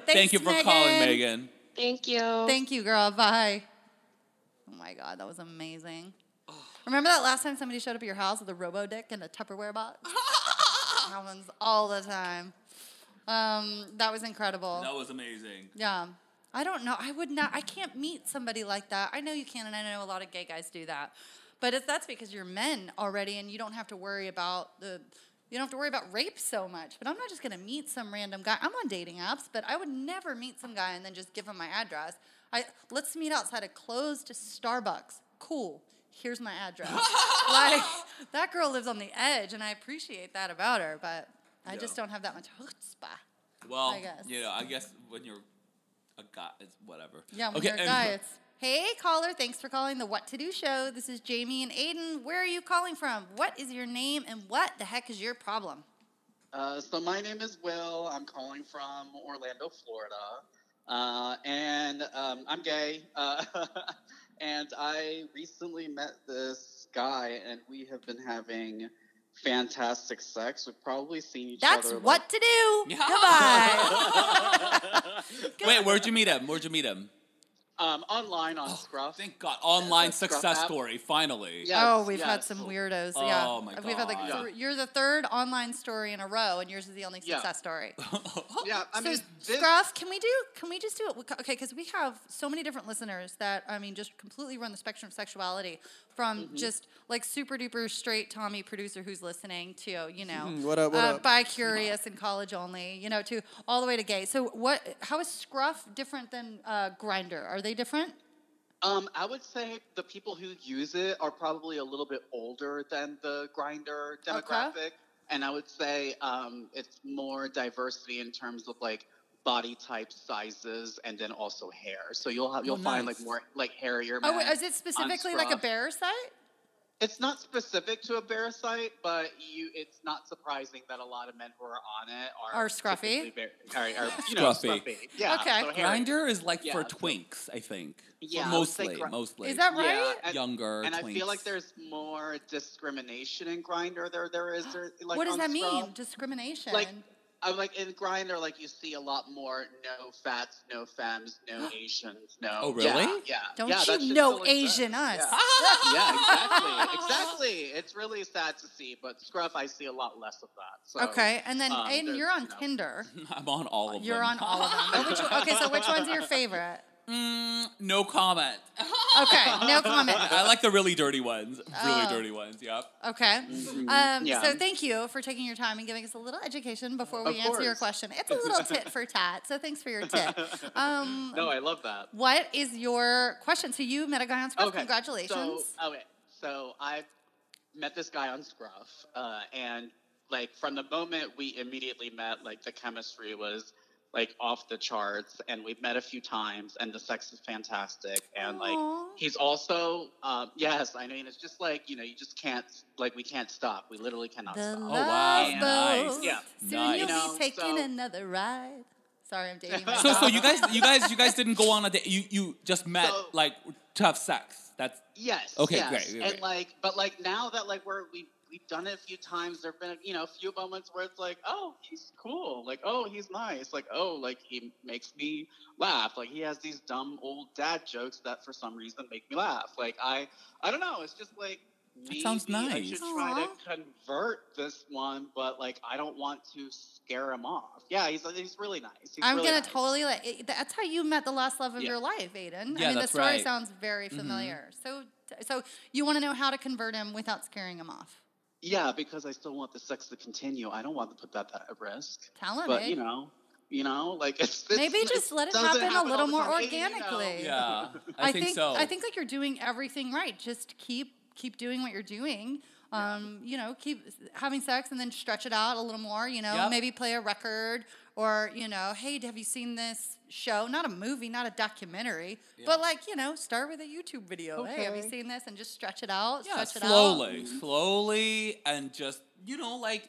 S3: Thanks,
S2: Thank you for calling,
S3: Megan.
S2: Megan.
S6: Thank you.
S3: thank you, girl. Bye. Oh my god, that was amazing.
S6: Oh.
S3: Remember that last time somebody showed up at your house with a robo dick and a Tupperware box? Happens all the time. Um, that was incredible.
S2: That was amazing.
S3: Yeah. I don't know. I would not. I can't meet somebody like that. I know you can, and I know a lot of gay guys do that. But it's, that's because you're men already, and you don't have to worry about the. You don't have to worry about rape so much. But I'm not just gonna meet some random guy. I'm on dating apps, but I would never meet some guy and then just give him my address. I let's meet outside a closed Starbucks. Cool. Here's my address. like that girl lives on the edge, and I appreciate that about her. But I just
S2: Yeah.
S3: don't have that much chutzpah.
S2: Well,
S3: I guess.
S2: you know, I guess when you're a guy, it's whatever.
S3: Yeah, when
S2: okay,
S3: you're a
S2: and-
S3: guy, it's Hey caller, thanks for calling the What to Do show. This is Jamie and Aiden. Where are you calling from? What is your name and what the heck is your problem?
S7: Uh, so my name is Will. I'm calling from Orlando, Florida, uh, and um, I'm gay. Uh, and I recently met this guy, and we have been having fantastic sex. We've probably seen each
S3: That's
S7: other.
S3: what to do.
S2: Yeah.
S3: Goodbye.
S2: Wait, where'd you meet him? Where'd you meet him?
S7: um, online
S3: Oh,
S7: on Scruff.
S2: Thank God. Online
S7: Oh. That's a scruff
S2: success
S7: app.
S2: story, finally.
S7: Yes,
S3: oh, we've had
S7: yes.
S3: some weirdos.
S2: Oh,
S3: yeah.
S2: my
S3: We've had like
S2: God.
S3: thr- you're the third online story in a row, and yours is the only
S7: Yeah.
S3: success story.
S7: Yeah,
S3: so
S7: I mean, this,
S3: Scruff, can we do? Can we just do it? Okay, because we have so many different listeners that I mean, just completely run the spectrum of sexuality, from
S5: Mm-hmm.
S3: just like super duper straight Tommy producer who's listening to you know,
S5: Mhm, what up, what
S3: uh,
S5: up?
S3: bi curious and college only, you know, to all the way to gay. So what? How is Scruff different than uh, Grinder? Are they different?
S7: um, I would say the people who use it are probably a little bit older than the grinder
S3: Okay.
S7: demographic, and I would say um, it's more diversity in terms of like body type, sizes, and then also hair. So you'll have, you'll find like
S2: nice.
S7: more like hairier.
S3: Oh,
S7: men
S3: is it
S7: on
S3: specifically like a
S7: Scruff.
S3: bear site?
S7: It's not specific to a parasite, but you it's not surprising that a lot of men who are on it are
S3: Are scruffy?
S7: typically Very, are, are, you know,
S2: Scruffy.
S7: scruffy. Yeah.
S3: Okay.
S7: So hairy.
S2: Grinder is like
S7: Yeah,
S2: for
S7: so-
S2: twinks, I think.
S7: Yeah, I would say
S2: mostly,
S7: gri-
S2: mostly.
S3: Is that
S7: Yeah,
S3: right?
S7: and-
S2: younger?
S7: And I
S2: twinks.
S7: feel like there's more discrimination in grinder there there is there, like
S3: what does
S7: on
S3: that mean?
S7: Scruff.
S3: Discrimination.
S7: Like I'm like in grinder like you see a lot more no fats, no femmes, no Asians, no
S2: Oh,
S7: yeah,
S2: really?
S7: Yeah.
S3: Don't
S7: yeah, that
S3: you
S7: shit
S3: know
S7: still exists.
S3: Asian us?
S7: Yeah. yeah, exactly. Exactly. It's really sad to see, but Scruff, I see a lot less of that. So,
S3: okay, and then
S7: um,
S3: Aiden,
S7: there's,
S3: you're on
S7: you know.
S3: Tinder.
S2: I'm on all of
S3: You're on
S2: them.
S3: all of them. But which one- okay, so which one's your favorite?
S2: Mm, no comment.
S3: Okay, no comment.
S2: I like the really dirty ones. Really
S3: Oh.
S2: dirty ones. Yep.
S3: Okay. Um,
S7: Mm-hmm. Yeah.
S3: So thank you for taking your time and giving us a little education before we
S7: Of
S3: answer your
S7: course.
S3: question. It's a little tit for tat, so thanks for your tip. Um,
S7: No, I love that.
S3: What is your question? So you met a guy on Scruff.
S7: Okay.
S3: Congratulations.
S7: So, okay. So I met this guy on Scruff, uh, and like from the moment we immediately met, like the chemistry was like off the charts, and we've met a few times, and the sex is fantastic, and like
S3: Aw.
S7: he's also um, yes, I mean it's just like you know you just can't like we can't stop, we literally cannot
S3: the love
S7: stop. Oh, wow,
S2: nice.
S3: boat.
S7: uh, Yeah.
S3: Soon
S2: Nice.
S3: you'll
S7: You
S3: be
S7: know,
S3: taking
S7: so-
S3: another ride. Sorry, I'm dating
S2: So,
S3: myself.
S2: so you guys, you guys, you guys didn't go on a date. You, you just met
S7: So-
S2: like tough sex. That's
S7: Yes.
S2: Okay,
S7: yes.
S2: great, great, great.
S7: And like, but like now that like we're we we've done it a few times, there've been you know a few moments where it's like, oh, he's cool. Like, oh, he's nice. Like, oh, like he makes me laugh. Like he has these dumb old dad jokes that for some reason make me laugh. Like I I don't know. It's just like. Maybe
S2: sounds
S7: I
S2: nice.
S7: should try to convert this one, but like I don't want to scare him off. Yeah, he's he's really nice. He's
S3: I'm
S7: really
S3: gonna
S7: nice.
S3: totally let. It, that's how you met the last love of
S7: Yeah.
S3: your life, Aiden. I
S2: Yeah,
S3: mean, the
S2: that's
S3: story
S2: right. Mm-hmm.
S3: sounds very familiar. So, so you want to know how to convert him without scaring him off?
S7: Yeah, because I still want the sex to continue. I don't want to put that at risk.
S3: Tell him,
S7: But
S3: eh?
S7: you know, you know, like it's, it's
S3: Maybe just let it
S7: doesn't
S3: happen a
S7: all
S3: little
S7: the
S3: more
S7: time. Hey, you know,
S3: organically.
S2: yeah. I, think, so.
S3: I think like you're doing everything right. Just keep keep doing what you're doing. Um, you know, keep having sex and then stretch it out a little more. You know,
S2: Yep.
S3: maybe play a record or you know, hey, have you seen this show? Not a movie, not a documentary, but like you know, start with a YouTube video. Hey, have you
S7: Okay.
S3: seen this? And just stretch it out.
S2: yeah,
S3: stretch it out. Mm-hmm.
S2: slowly, slowly, and just you know, like,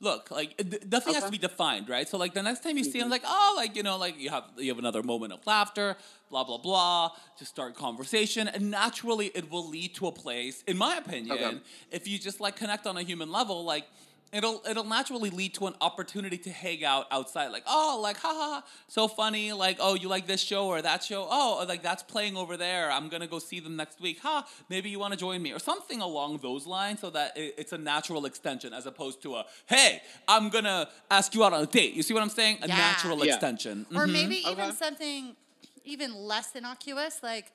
S2: look, like th- nothing has to be defined, right? So, like, the next time you
S3: Mm-hmm.
S2: see him, like, oh, like you know, like you have you have another moment of laughter, blah blah blah. Just start conversation, and naturally, it will lead to a place, in my opinion, if you just like connect on a human level, like. It'll it'll naturally lead to an opportunity to hang out outside, like oh, like ha ha, ha, so funny, like oh, you like this show or that show, oh, like that's playing over there. I'm gonna go see them next week. Ha, maybe you want to join me or something along those lines, so that it, it's a natural extension as opposed to a hey, I'm gonna ask you out on a date. You see what I'm saying? A
S3: Yeah.
S2: natural
S7: Yeah.
S2: extension.
S3: or maybe even
S7: Okay.
S3: something even less innocuous like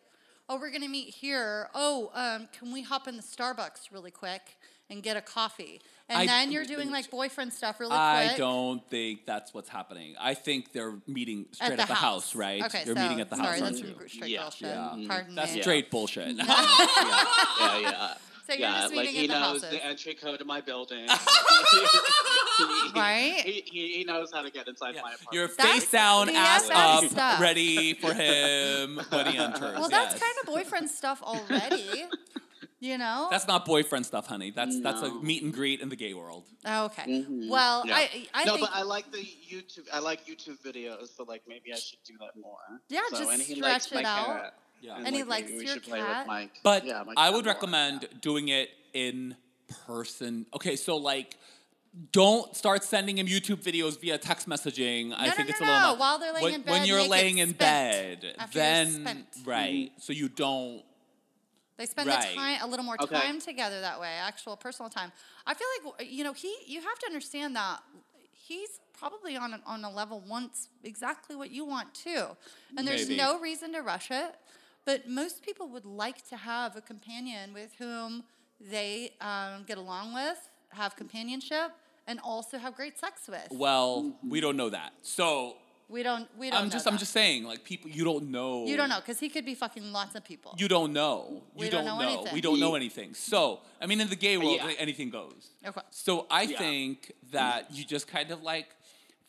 S3: oh we're gonna meet here oh um, can we hop in the starbucks really quick and get a coffee and
S2: I-
S3: then you're doing like boyfriend stuff really
S2: I
S3: quick
S2: don't think that's what's happening. I think they're meeting straight at the, house. right?
S3: okay
S2: They're
S3: so,
S2: meeting at the house,
S3: sorry, that's
S2: aren't
S3: some
S2: you?
S3: gr- straight
S7: Yeah.
S3: girl shit.
S2: Yeah.
S3: pardon
S2: That's
S3: me
S2: straight bullshit.
S7: yeah, yeah.
S3: So you're
S7: yeah,
S3: just
S7: like
S3: meeting
S7: he
S3: at the
S7: knows
S3: houses.
S7: the entry code to my building.
S3: Right?
S7: He, he, he knows how to get inside
S2: Yeah.
S7: my apartment.
S2: Your
S3: That's
S2: face down, ass
S3: BFF
S2: up,
S3: stuff.
S2: ready for him when he enters.
S3: well that's
S2: yes.
S3: kind of boyfriend stuff already you know
S2: That's not boyfriend stuff, honey. That's that's a
S7: No.
S2: meet and greet in the gay world.
S3: oh, okay
S7: Mhm.
S3: well
S7: Yeah.
S3: i i
S7: no,
S3: think
S7: but I like the YouTube. I like YouTube videos, so like maybe I should do that more.
S3: Yeah,
S7: so,
S3: just
S7: and he
S3: stretch
S7: likes my
S3: it out.
S7: Cat.
S2: Yeah.
S3: And he
S7: like,
S3: likes
S7: maybe we
S3: your
S7: should play with
S3: cat.
S7: my,
S2: But
S7: yeah, my
S2: I
S7: cat
S2: would
S7: more.
S2: recommend doing it in person. Okay, so like don't start sending him YouTube videos via text messaging. I
S3: No, no,
S2: think
S3: no,
S2: it's a little
S3: no.
S2: much.
S3: While they're laying
S2: when,
S3: in
S2: when
S3: bed,
S2: you're
S3: make it
S2: laying in
S3: spent
S2: bed,
S3: after you're
S2: then
S3: spent. Mm-hmm.
S2: right. So you don't.
S3: They spend
S2: Right.
S3: the time a little more
S7: Okay.
S3: time together that way, actual personal time. I feel like you know he. You have to understand that he's probably on an, on a level wants exactly what you want too, and there's
S2: Maybe.
S3: no reason to rush it. But most people would like to have a companion with whom they um, get along with, have companionship, and also have great sex with.
S2: Well, we don't know that. So
S3: we don't. We don't.
S2: I'm
S3: know
S2: just I'm
S3: that.
S2: just saying, like people, you don't know.
S3: You don't know because he could be fucking lots of people.
S2: You don't know.
S3: We
S2: you
S3: don't know anything.
S2: We don't know anything. So I mean, in the gay world,
S7: Yeah.
S2: like, anything goes.
S3: okay.
S2: So I think
S7: Mm-hmm.
S2: that you just kind of like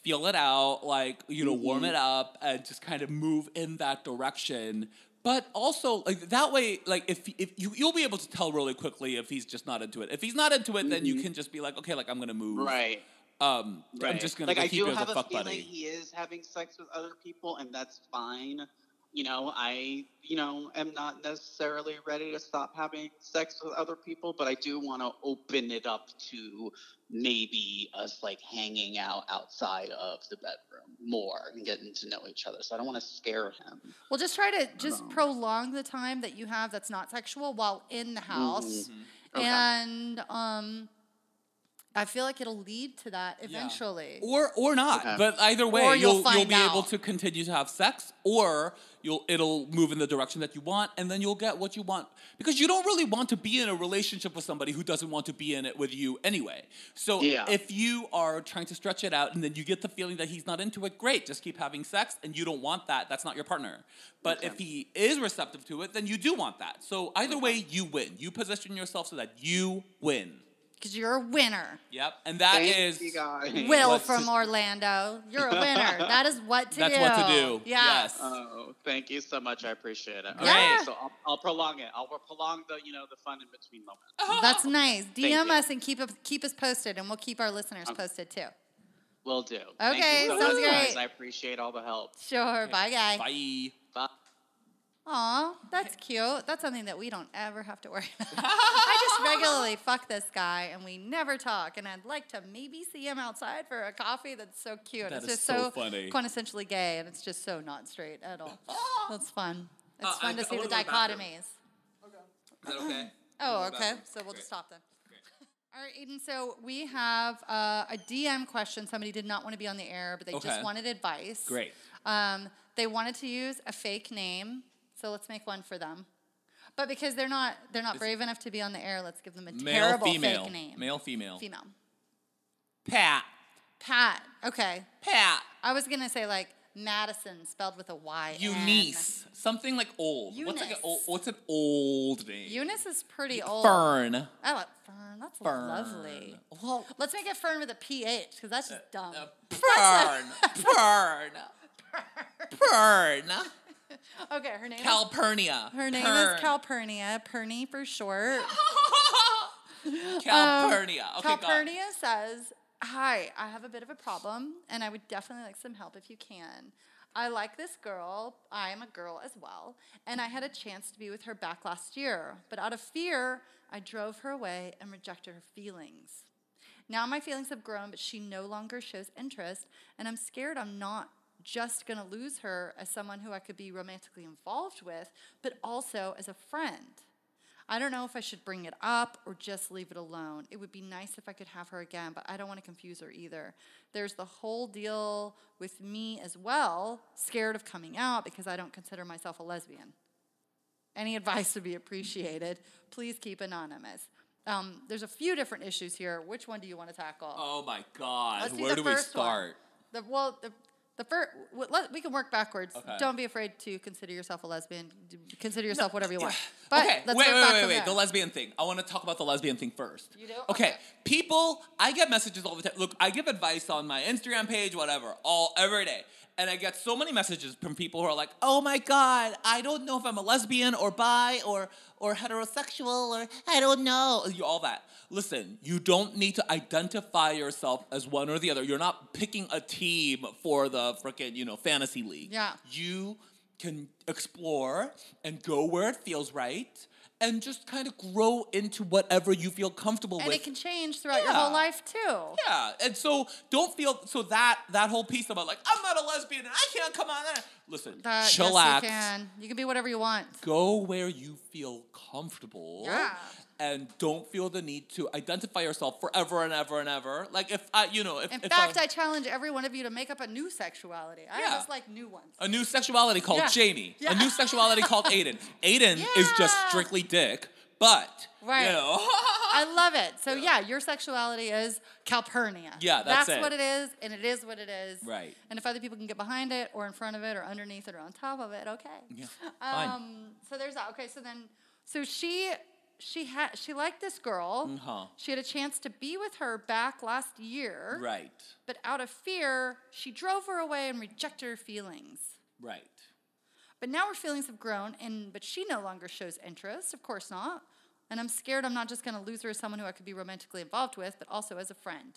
S2: feel it out, like, you know, warm it
S7: Mm-hmm.
S2: up and just kind of move in that direction. But also, like that way, like if if you you'll be able to tell really quickly if he's just not into it. If he's not into it, then you can just be like, okay, like I'm gonna move.
S7: Mm-hmm. Right.
S2: Um,
S7: Right.
S2: I'm just gonna
S7: like
S2: go
S7: I
S2: keep
S7: do
S2: it as a
S7: have
S2: fuck
S7: feeling
S2: buddy.
S7: he is having sex with other people, and that's fine. You know, I you know am not necessarily ready to stop having sex with other people, but I do want to open it up to maybe us like hanging out outside of the bedroom more and getting to know each other. So I don't want to scare him.
S3: Well, just try to just
S7: know.
S3: prolong the time that you have that's not sexual while in
S2: Mm-hmm.
S3: the house,
S7: Okay.
S3: and um, I feel like it'll lead to that
S2: Yeah.
S3: eventually.
S2: Or or not.
S7: Okay.
S2: But either way,
S3: Or
S2: you'll
S3: you'll
S2: you'll,
S3: find
S2: be able
S3: out.
S2: to continue to have sex or you'll it'll move in the direction that you want and then you'll get what you want because you don't really want to be in a relationship with somebody who doesn't want to be in it with you anyway. So
S7: Yeah.
S2: if you are trying to stretch it out and then you get the feeling that he's not into it, great, just keep having sex and you don't want that. That's not your partner. But if he is receptive to it, then you do want that. So either way, you win. You position yourself so that you win.
S3: Because you're a winner.
S2: Yep. And that is.
S7: Thank you guys.
S3: Will
S2: let's
S3: from
S2: just-
S3: Orlando. You're a winner. that is what to
S2: That's
S3: do.
S2: what to do.
S3: Yes.
S2: Yes.
S7: Oh, thank you so much. I appreciate it. All right,
S3: Yeah.
S7: so I'll, I'll prolong it. I'll prolong the you know the fun in between moments.
S3: That's nice. DM
S7: you.
S3: us and keep up, keep us posted, and we'll keep our listeners posted too.
S7: Will do. Thank you
S3: Okay,
S7: so
S3: sounds
S7: much, guys.
S3: great.
S7: I appreciate all the help.
S3: Sure. Bye, guy.
S2: Bye.
S7: Bye.
S3: Aw, that's cute. That's something that we don't ever have to worry about. I just regularly fuck this guy and we never talk. And I'd like to maybe see him outside for a coffee. That's so cute.
S2: That
S3: it's
S2: is
S3: just
S2: so
S3: so,
S2: funny.
S3: quintessentially gay and it's just so not straight at all. That's fun. It's
S2: Uh,
S3: fun
S2: I-
S3: to see
S2: I
S3: the
S2: wanna go to the
S3: dichotomies.
S2: Is that okay?
S3: Oh,
S2: Go to the
S3: okay.
S2: bathroom.
S3: So we'll just
S2: Great.
S3: stop then. All right, Aiden. So we have uh, a DM question. Somebody did not want to be on the air, but they
S2: Okay.
S3: just wanted advice.
S2: Great.
S3: Um, they wanted to use a fake name, so let's make one for them. But because they're not they're not brave enough to be on the air, let's give them a
S2: Male,
S3: terrible
S2: female.
S3: fake name.
S2: Male, female.
S3: female.
S2: Pat.
S3: Pat. Okay.
S2: Pat.
S3: I was gonna say like Madison spelled with a Y. N.
S2: Eunice. Something like old. What's like an
S3: Eunice.
S2: old, what's an old name?
S3: Eunice is pretty old.
S2: Fern.
S3: I like Fern. That's
S2: Fern.
S3: lovely.
S2: Well,
S3: Let's make it Fern with a PH because that's just dumb.
S2: uh, Fern. Fern. Fern.
S3: okay, her name. Is,
S2: Calpurnia.
S3: her name
S2: Pern.
S3: is Calpurnia. Perny for short.
S2: Calpurnia. Okay, got it.
S3: Um, Calpurnia says, Hi, I have a bit of a problem and I would definitely like some help if you can. I like this girl. I am a girl as well. And I had a chance to be with her back last year. But out of fear, I drove her away and rejected her feelings. Now my feelings have grown, but she no longer shows interest. And I'm scared I'm not just going to lose her as someone who I could be romantically involved with, but also as a friend. I don't know if I should bring it up or just leave it alone. It would be nice if I could have her again, but I don't want to confuse her either. There's the whole deal with me as well, scared of coming out because I don't consider myself a lesbian. Any advice would be appreciated. Please keep anonymous. Um, there's a few different issues here. Which one do you want to tackle?
S2: Oh my God.
S3: Let's do
S2: Where
S3: the
S2: do
S3: first
S2: we
S3: one.
S2: start?
S3: The, well, the, the first, let, we can work backwards.
S2: Okay.
S3: Don't be afraid to consider yourself a lesbian. D- Consider yourself whatever you want. But
S2: okay,
S3: let's
S2: wait,
S3: work
S2: wait,
S3: back
S2: wait,
S3: from
S2: wait.
S3: there.
S2: The lesbian thing. I want to talk about the lesbian thing first.
S3: You do?
S2: Okay.
S3: Okay.
S2: people. I get messages all the time. Look, I give advice on my Instagram page, whatever, all every day, and I get so many messages from people who are like, "Oh my god, I don't know if I'm a lesbian or bi or or heterosexual or I don't know." You all that. Listen, you don't need to identify yourself as one or the other. You're not picking a team for the freaking you know fantasy league.
S3: Yeah.
S2: You can explore and go where it feels right and just kind of grow into whatever you feel comfortable
S3: And
S2: with.
S3: it can change throughout your whole
S2: Yeah.
S3: life too.
S2: Yeah, and so don't feel so that that whole piece about like I'm not a lesbian and I can't come on that. Listen,
S3: That, yes,
S2: chillax.
S3: you can. You can be whatever you want.
S2: Go where you feel comfortable.
S3: Yeah.
S2: And don't feel the need to identify yourself forever and ever and ever. Like if I, you know, if,
S3: In
S2: if
S3: fact,
S2: a,
S3: I challenge every one of you to make up a new sexuality. I
S2: Yeah.
S3: just like new ones.
S2: a new sexuality called
S3: Yeah.
S2: Jamie,
S3: Yeah.
S2: a new sexuality called Aiden. Aiden is just
S3: Yeah.
S2: strictly dick, but
S3: Right.
S2: you know,
S3: I love it. So yeah, your sexuality is Calpurnia.
S2: Yeah, that's it.
S3: what it is, and it is what it is.
S2: Right.
S3: And if other people can get behind it, or in front of it, or underneath it, or on top of it, okay.
S2: Yeah, fine.
S3: Um. So there's that. Okay. So then, so she. She had she liked this girl.
S2: Uh-huh.
S3: She had a chance to be with her back last year.
S2: right,
S3: But out of fear, she drove her away and rejected her feelings.
S2: right,
S3: But now her feelings have grown, and but she no longer shows interest. Of course not. And I'm scared I'm not just going to lose her as someone who I could be romantically involved with, but also as a friend.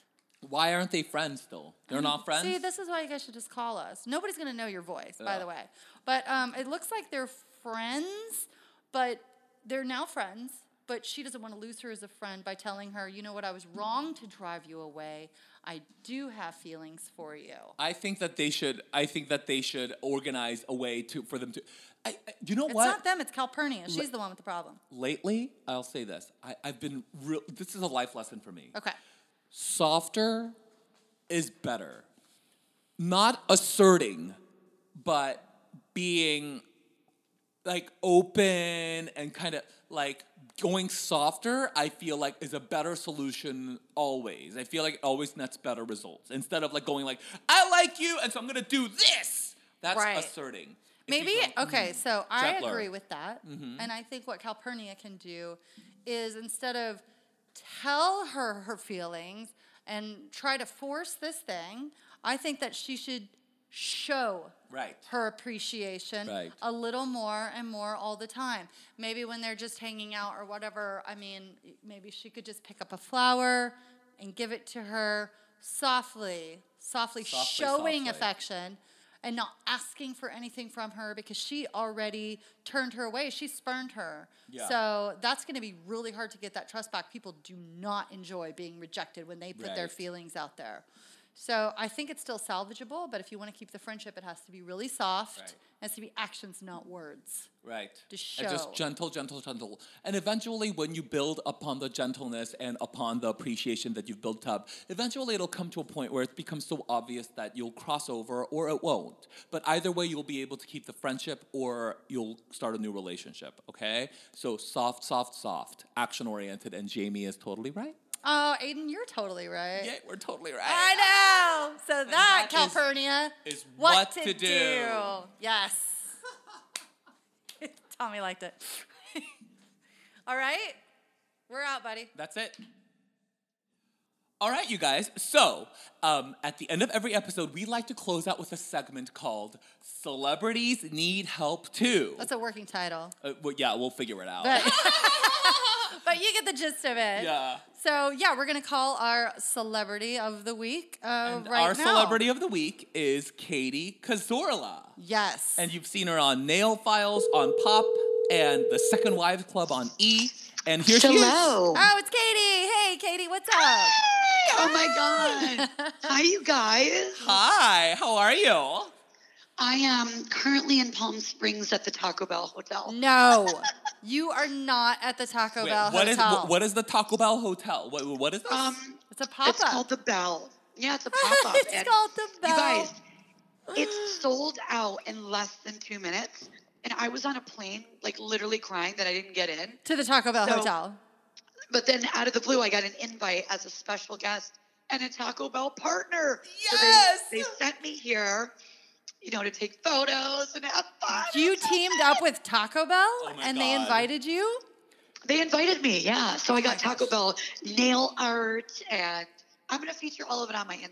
S2: why aren't they friends though? They're not friends.
S3: See, this is why you guys should just call us. Nobody's going to know your voice, by the way. But um, it looks like they're friends, but they're now friends. But she doesn't want to lose her as a friend by telling her, you know what, I was wrong to drive you away. I do have feelings for you.
S2: I think that they should. I think that they should organize a way to for them to. I, I- you know
S3: It's
S2: what?
S3: not them, it's Calpurnia. She's the one with the problem.
S2: Lately, I'll say this. I, I've been real. This is a life lesson for me.
S3: Okay.
S2: Softer is better. Not asserting, but being like open and kind of like going softer i feel like is a better solution always i feel like it always nets better results instead of like going like i like you and so i'm gonna do this that's
S3: Right.
S2: asserting If you
S3: Maybe
S2: go,
S3: okay, so I
S2: Gentler.
S3: agree with that,
S2: Mm-hmm.
S3: and I think what Calpurnia can do is instead of tell her her feelings and try to force this thing, I think that she should show
S2: Right.
S3: her appreciation
S2: Right.
S3: a little more and more all the time. Maybe when they're just hanging out or whatever, I mean, maybe she could just pick up a flower and give it to her softly,
S2: Softly,
S3: softly, showing
S2: softly.
S3: affection and not asking for anything from her because she already turned her away. She spurned her.
S2: Yeah.
S3: So that's going to be really hard to get that trust back. People do not enjoy being rejected when they put their
S2: Right.
S3: feelings out there. So I think it's still salvageable, but if you want to keep the friendship, it has to be really soft.
S2: Right.
S3: It has to be actions, not words.
S2: Right.
S3: To
S2: And
S3: show.
S2: just gentle, gentle, gentle. And eventually, when you build upon the gentleness and upon the appreciation that you've built up, eventually it'll come to a point where it becomes so obvious that you'll cross over or it won't. But either way, you'll be able to keep the friendship or you'll start a new relationship, okay? So soft, soft, soft, action oriented, and Jamie is totally right.
S3: Oh, Aiden, you're totally right.
S2: Yeah, we're totally right.
S3: I know. So that,
S2: that is-
S3: Calpurnia
S2: is
S3: what
S2: what
S3: to,
S2: to
S3: do.
S2: do.
S3: Yes. Tommy liked it. All right, we're out, buddy.
S2: That's it. All right, you guys. So, um, at the end of every episode, we like to close out with a segment called Celebrities Need Help Too.
S3: That's a working title,
S2: Uh, well, yeah, we'll figure it out.
S3: but but you get the gist of it.
S2: Yeah.
S3: So yeah, we're gonna call our celebrity of the week uh,
S2: And
S3: right
S2: our
S3: now.
S2: celebrity of the week is Katie Kazorla.
S3: Yes.
S2: And you've seen her on Nail Files on Pop and The Second Wives Club on E. And here she is.
S6: Hello.
S3: oh, it's Katie. Hey, Katie, what's up?
S6: Oh my God. Hi, you guys.
S2: Hi, how are you?
S6: I am currently in Palm Springs at the Taco Bell Hotel.
S3: No, you are not at the Taco
S2: Wait,
S3: Bell
S2: what is-
S3: hotel.
S2: wh- what is the Taco Bell Hotel? What, what is this?
S6: Um,
S3: It's a pop
S6: It's called
S3: up.
S6: the Bell. Yeah, it's a pop up.
S3: It's called the Bell.
S6: You guys, it's sold out in less than two minutes. And I was on a plane, like literally crying that I didn't get in.
S3: To the Taco Bell
S6: So-
S3: hotel.
S6: But then out of the blue, I got an invite as a special guest and a Taco Bell partner. So they-
S2: Yes!
S6: they, sent me here, you know, to take photos and have fun.
S3: You teamed up with Taco Bell
S2: Oh my
S3: and they
S2: God.
S3: invited you.
S6: They invited me, yeah. So I got Taco Bell nail art, and I'm gonna feature all of it on my
S3: Oh,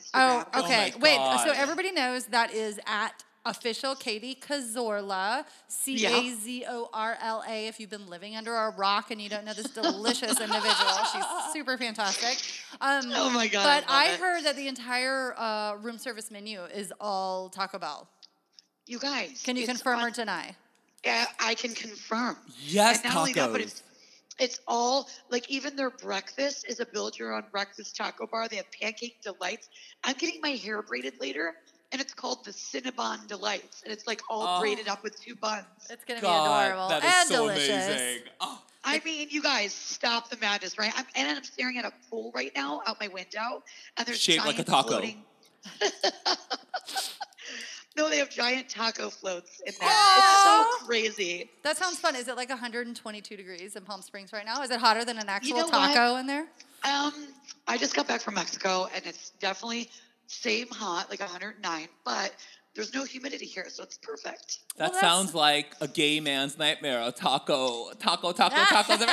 S6: Instagram.
S3: okay.
S2: my
S3: Wait,
S2: God.
S3: so everybody knows that is at official Katie Kazorla, C A Z O R L A. If you've been living under a rock and you don't know this delicious individual, she's super fantastic. Um,
S6: Oh my God, I
S3: But
S6: love
S3: I
S6: it.
S3: heard that the entire uh, room service menu is all Taco Bell.
S8: You guys.
S3: Can you
S8: it's
S3: confirm
S8: on-
S3: or deny?
S8: Yeah, I can confirm.
S2: Yes,
S8: and not only that, but
S2: tacos.
S8: it's it's all like even their breakfast is a build your own breakfast taco bar. They have pancake delights. I'm getting my hair braided later, and it's called the Cinnabon Delights, and it's like all
S2: Oh.
S8: braided up with two buns.
S3: It's going to be adorable
S2: God, that is
S3: and
S2: so
S3: delicious.
S2: amazing. Oh,
S8: I mean, you guys, stop the madness, right? I'm, and I'm staring at a pool right now out my window, and there's
S2: Shaped like a
S8: giant
S2: taco.
S8: floating- no, they have giant taco floats in there.
S3: Oh.
S8: It's so crazy.
S3: That sounds fun. Is it like 122 degrees in Palm Springs right now? Is it hotter than an actual
S8: know what?
S3: taco in there?
S8: Um, I just got back from Mexico, and it's definitely same hot, like 109, but there's no humidity here, so it's perfect.
S2: that
S3: that's-
S2: sounds like a gay man's nightmare. A taco, taco, taco, tacos.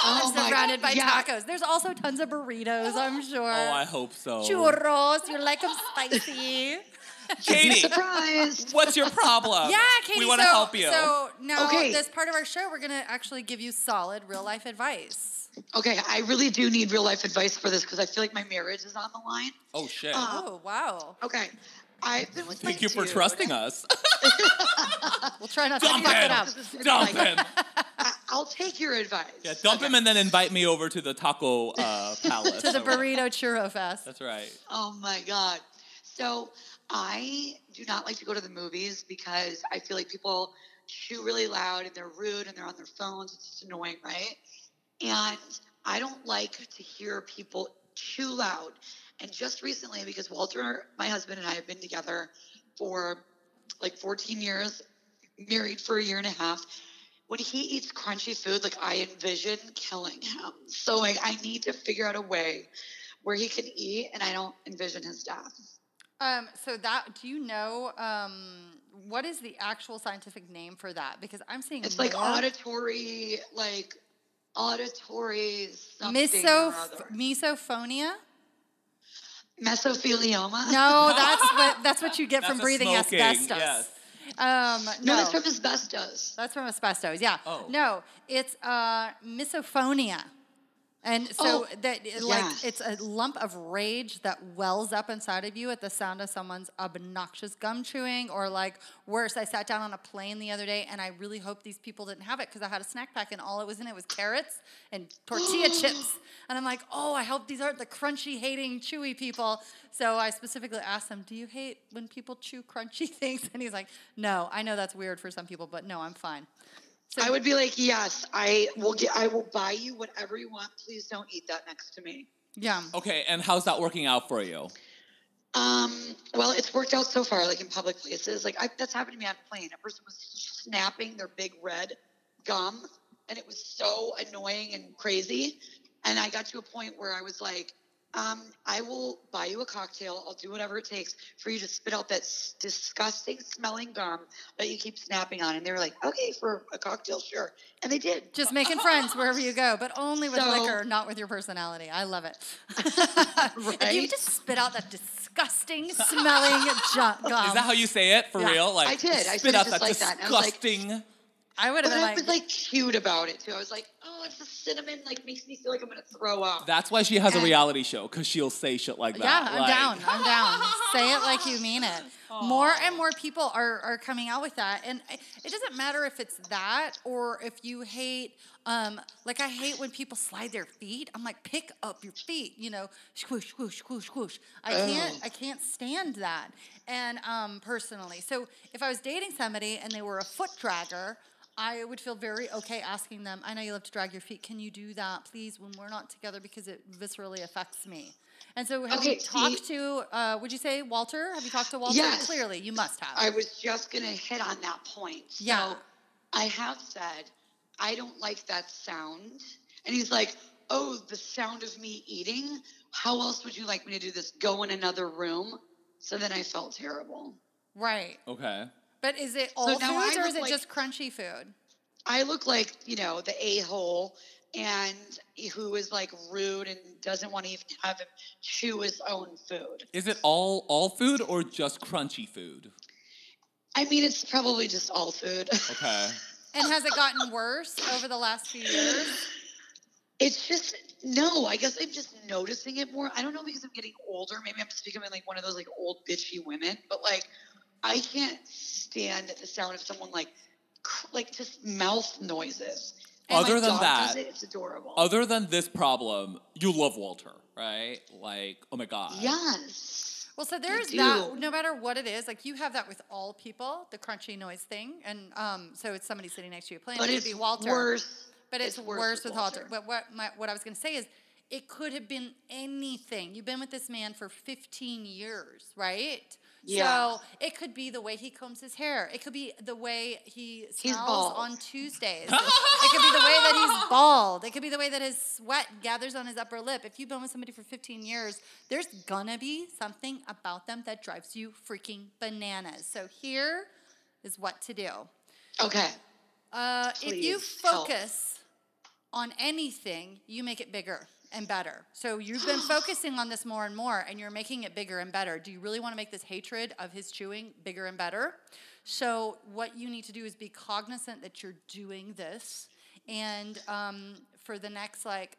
S8: Oh my-
S3: Surrounded by
S8: yeah.
S3: tacos. There's also tons of burritos, I'm sure.
S2: oh, I hope so.
S3: Churros. You like them spicy.
S2: Katie,
S8: Surprised.
S2: what's your problem?
S3: yeah, Katie.
S2: Uh, We want to
S3: so,
S2: help you.
S3: So now,
S8: Okay.
S3: this part of our show, we're going to actually give you solid real life advice.
S8: Okay, I really do need real life advice for this because I feel like my marriage is on the line.
S2: oh, shit.
S8: Uh,
S3: Oh, wow.
S8: Okay, I've been with.
S2: Thank
S8: my
S2: you for
S8: dude.
S2: trusting us.
S3: We'll try not to
S2: dump
S3: fuck it up.
S2: him. Dump him.
S8: I- I'll take your advice.
S2: Yeah, dump him and then invite me over to the taco uh, palace.
S3: To the burrito churro fest.
S2: That's right.
S8: Oh my God. So I do not like to go to the movies because I feel like people chew really loud and they're rude and they're on their phones. It's just annoying, right? And I don't like to hear people chew loud. And just recently, because Walter, my husband, and I have been together for like 14 years, married for a year and a half. When he eats crunchy food, like I envision killing him. So like I need to figure out a way where he can eat, and I don't envision his death.
S3: Um, so that do you know um, what is the actual scientific name for that? Because I'm seeing
S8: It's like
S3: more
S8: auditory, like auditory something or
S3: misoph-
S8: other.
S3: misophonia.
S8: mesothelioma.
S3: No, that's what that's what you get
S2: That's
S3: from
S2: a
S3: breathing
S2: smoking,
S3: asbestos.
S2: yes.
S3: Um,
S8: no,
S3: no,
S8: that's from asbestos.
S3: that's from asbestos. Yeah.
S2: Oh.
S3: No, it's uh, misophonia. And so
S8: Oh,
S3: that like
S8: yes.
S3: it's a lump of rage that wells up inside of you at the sound of someone's obnoxious gum chewing or like worse I sat down on a plane the other day and I really hope these people didn't have it cuz I had a snack pack and all it was in it was carrots and tortilla chips and I'm like oh I hope these aren't the crunchy hating chewy people so I specifically asked him do you hate when people chew crunchy things and he's like no I know that's weird for some people but no I'm fine so
S8: I would be like, yes, I will get, I will buy you whatever you want. Please don't eat that next to me.
S3: yeah
S2: Okay, and how's that working out for you?
S8: Um, well, it's worked out so far, like in public places. Like I, that's happened to me on a plane. A person was snapping their big red gum, and it was so annoying and crazy. And I got to a point where I was like, um, "I will buy you a cocktail. I'll do whatever it takes for you to spit out that s- disgusting smelling gum that you keep snapping on." And they were like, "Okay, for a cocktail, sure." And they did.
S3: Just making friends wherever you go, but only with
S8: So-
S3: liquor, not with your personality. I love it. And you
S8: Right?
S3: just spit out that disgusting smelling junk gum.
S2: Is that how you say it for
S3: Um, yeah.
S2: real? Like
S8: I did. I said
S2: spit
S8: it
S2: out
S8: just
S2: that
S8: like that, and I was like-
S2: disgusting.
S3: I would
S8: But
S3: have been
S8: I
S3: like,
S8: was like cute about it too. I was like, "Oh, it's the cinnamon. Like makes me feel like I'm gonna throw up."
S2: That's why she has a
S3: And-
S2: reality show because she'll say shit like that.
S3: yeah, I'm
S2: like,
S3: down. I'm down. Say it like you mean it. More and more people are, are coming out with that. And I- it doesn't matter if it's that or if you hate, um, like I hate when people slide their feet. I'm like, pick up your feet, you know, squish, squish, squish, squish. I
S2: Oh.
S3: can't, I can't stand that. And um, personally, so if I was dating somebody and they were a foot dragger, I would feel very okay asking them, I know you love to drag your feet. Can you do that, please, when we're not together because it viscerally affects me? And so, have you
S8: Okay,
S3: talked to, uh, would you say Walter? Have you talked to Walter?
S8: Yes.
S3: Clearly, you must have.
S8: I was just going to hit on that point. So
S3: Yeah.
S8: I have said, I don't like that sound. And he's like, Oh, the sound of me eating? How else would you like me to do this? Go in another room? So then I felt terrible.
S3: right.
S2: Okay.
S3: But is it all
S8: now I
S3: foods or
S8: look
S3: is it
S8: like-
S3: just crunchy food?
S8: I look like, you know, the a hole and who is like rude and doesn't want to even have him chew his own food.
S2: Is it all all food or just crunchy food?
S8: I mean, it's probably just all food.
S2: Okay.
S3: And has it gotten worse over the last few years?
S8: It's just no. I guess I'm just noticing it more. I don't know because I'm getting older. Maybe I'm just becoming like one of those like old bitchy women. But like, I can't stand the sound of someone like, cr- like just mouth noises. And my
S2: Other than
S8: dog does
S2: that-
S8: it, it's adorable.
S2: Other than this problem, you love Walter, right? Like, oh my god.
S8: yes.
S3: Well, so
S8: I
S3: there is
S8: do.
S3: that. No matter what it is, like you have that with all people, the crunchy noise thing, and um, so it's somebody sitting next to you playing.
S8: But
S3: it
S8: it's
S3: could be Walter.
S8: worse.
S3: But it's, worse, with Walter.
S8: Walter.
S3: But what my, what I was going to say is, it could have been anything. You've been with this man for 15 years, right?
S8: Yeah.
S3: So it could be the way he combs his hair. It could be the way he smells
S8: bald.
S3: on Tuesdays. it could be the way that he's bald. It could be the way that his sweat gathers on his upper lip. If you've been with somebody for 15 years, there's gonna be something about them that drives you freaking bananas. So here is what to do.
S8: Okay.
S3: Uh, if you
S8: Please help.
S3: focus on anything, you make it bigger and better. So you've been focusing on this more and more, and you're making it bigger and better. Do you really want to make this hatred of his chewing bigger and better? So what you need to do is be cognizant that you're doing this, and um, for the next like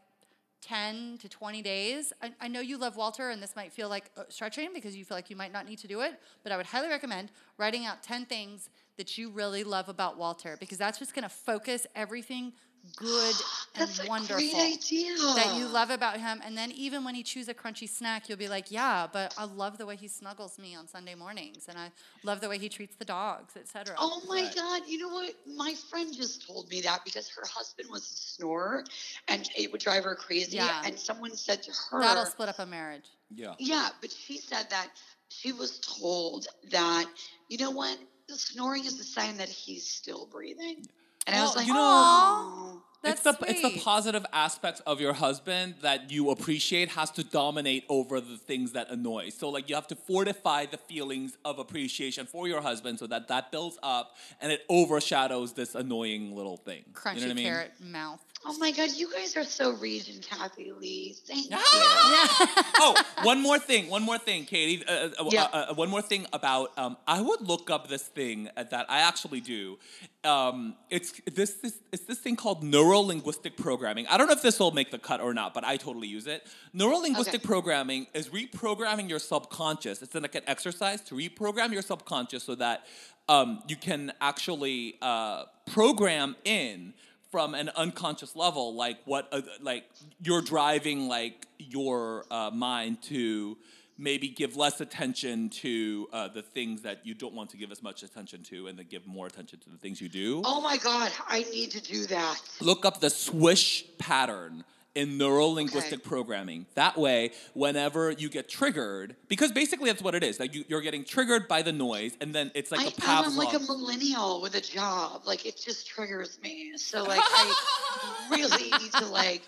S3: 10 to 20 days. I, I know you love Walter, and this might feel like uh, stretching because you feel like you might not need to do it, but I would highly recommend writing out 10 things that you really love about Walter because that's just going to focus everything good and
S8: That's a
S3: wonderful
S8: great idea.
S3: that you love about him. And then even when he chews a crunchy snack, you'll be like, yeah, but I love the way he snuggles me on Sunday mornings, and I love the way he treats the dogs, etc.
S8: Oh my God. You know what? My friend just told me that because her husband was a snorer and it would drive her crazy.
S3: Yeah.
S8: And someone said to her,
S3: That'll split up a marriage.
S2: Yeah.
S8: Yeah, but she said that she was told that, you know what? The snoring is a sign that he's still breathing. And I was
S2: Well,
S8: like,
S2: you know-
S8: oh.
S3: That's
S2: it's the it's the
S3: sweet.
S2: positive aspects of your husband that you appreciate has to dominate over the things that annoy. So like you have to fortify the feelings of appreciation for your husband so that that builds up and it overshadows this annoying little thing.
S3: crunchy
S2: you know what I mean?
S3: carrot mouth.
S8: Oh my God, you guys are so region, Kathy Lee. Thank you.
S2: oh, one more thing. One more thing, Katie. Uh, uh,
S8: Yeah.
S2: uh, uh, one more thing about um, I would look up this thing uh, that I actually do. Um, it's this, this it's this thing called neuro linguistic programming. I don't know if this will make the cut or not, but I totally use it. Neuro linguistic
S8: Okay.
S2: programming is reprogramming your subconscious. It's like an exercise to reprogram your subconscious so that um, you can actually uh, program in from an unconscious level, like what, uh, like you're driving like your uh, mind to maybe give less attention to uh, the things that you don't want to give as much attention to, and then give more attention to the things you do.
S8: Oh my God, I need to do that.
S2: Look up the swish pattern in neurolinguistic
S8: Okay.
S2: programming. That way, whenever you get triggered, because basically that's what it is. Like you, you're getting triggered by the noise, and then it's like a
S8: I am. I'm
S2: Pavlov.
S8: like a millennial with a job. Like it just triggers me. So like I really need to like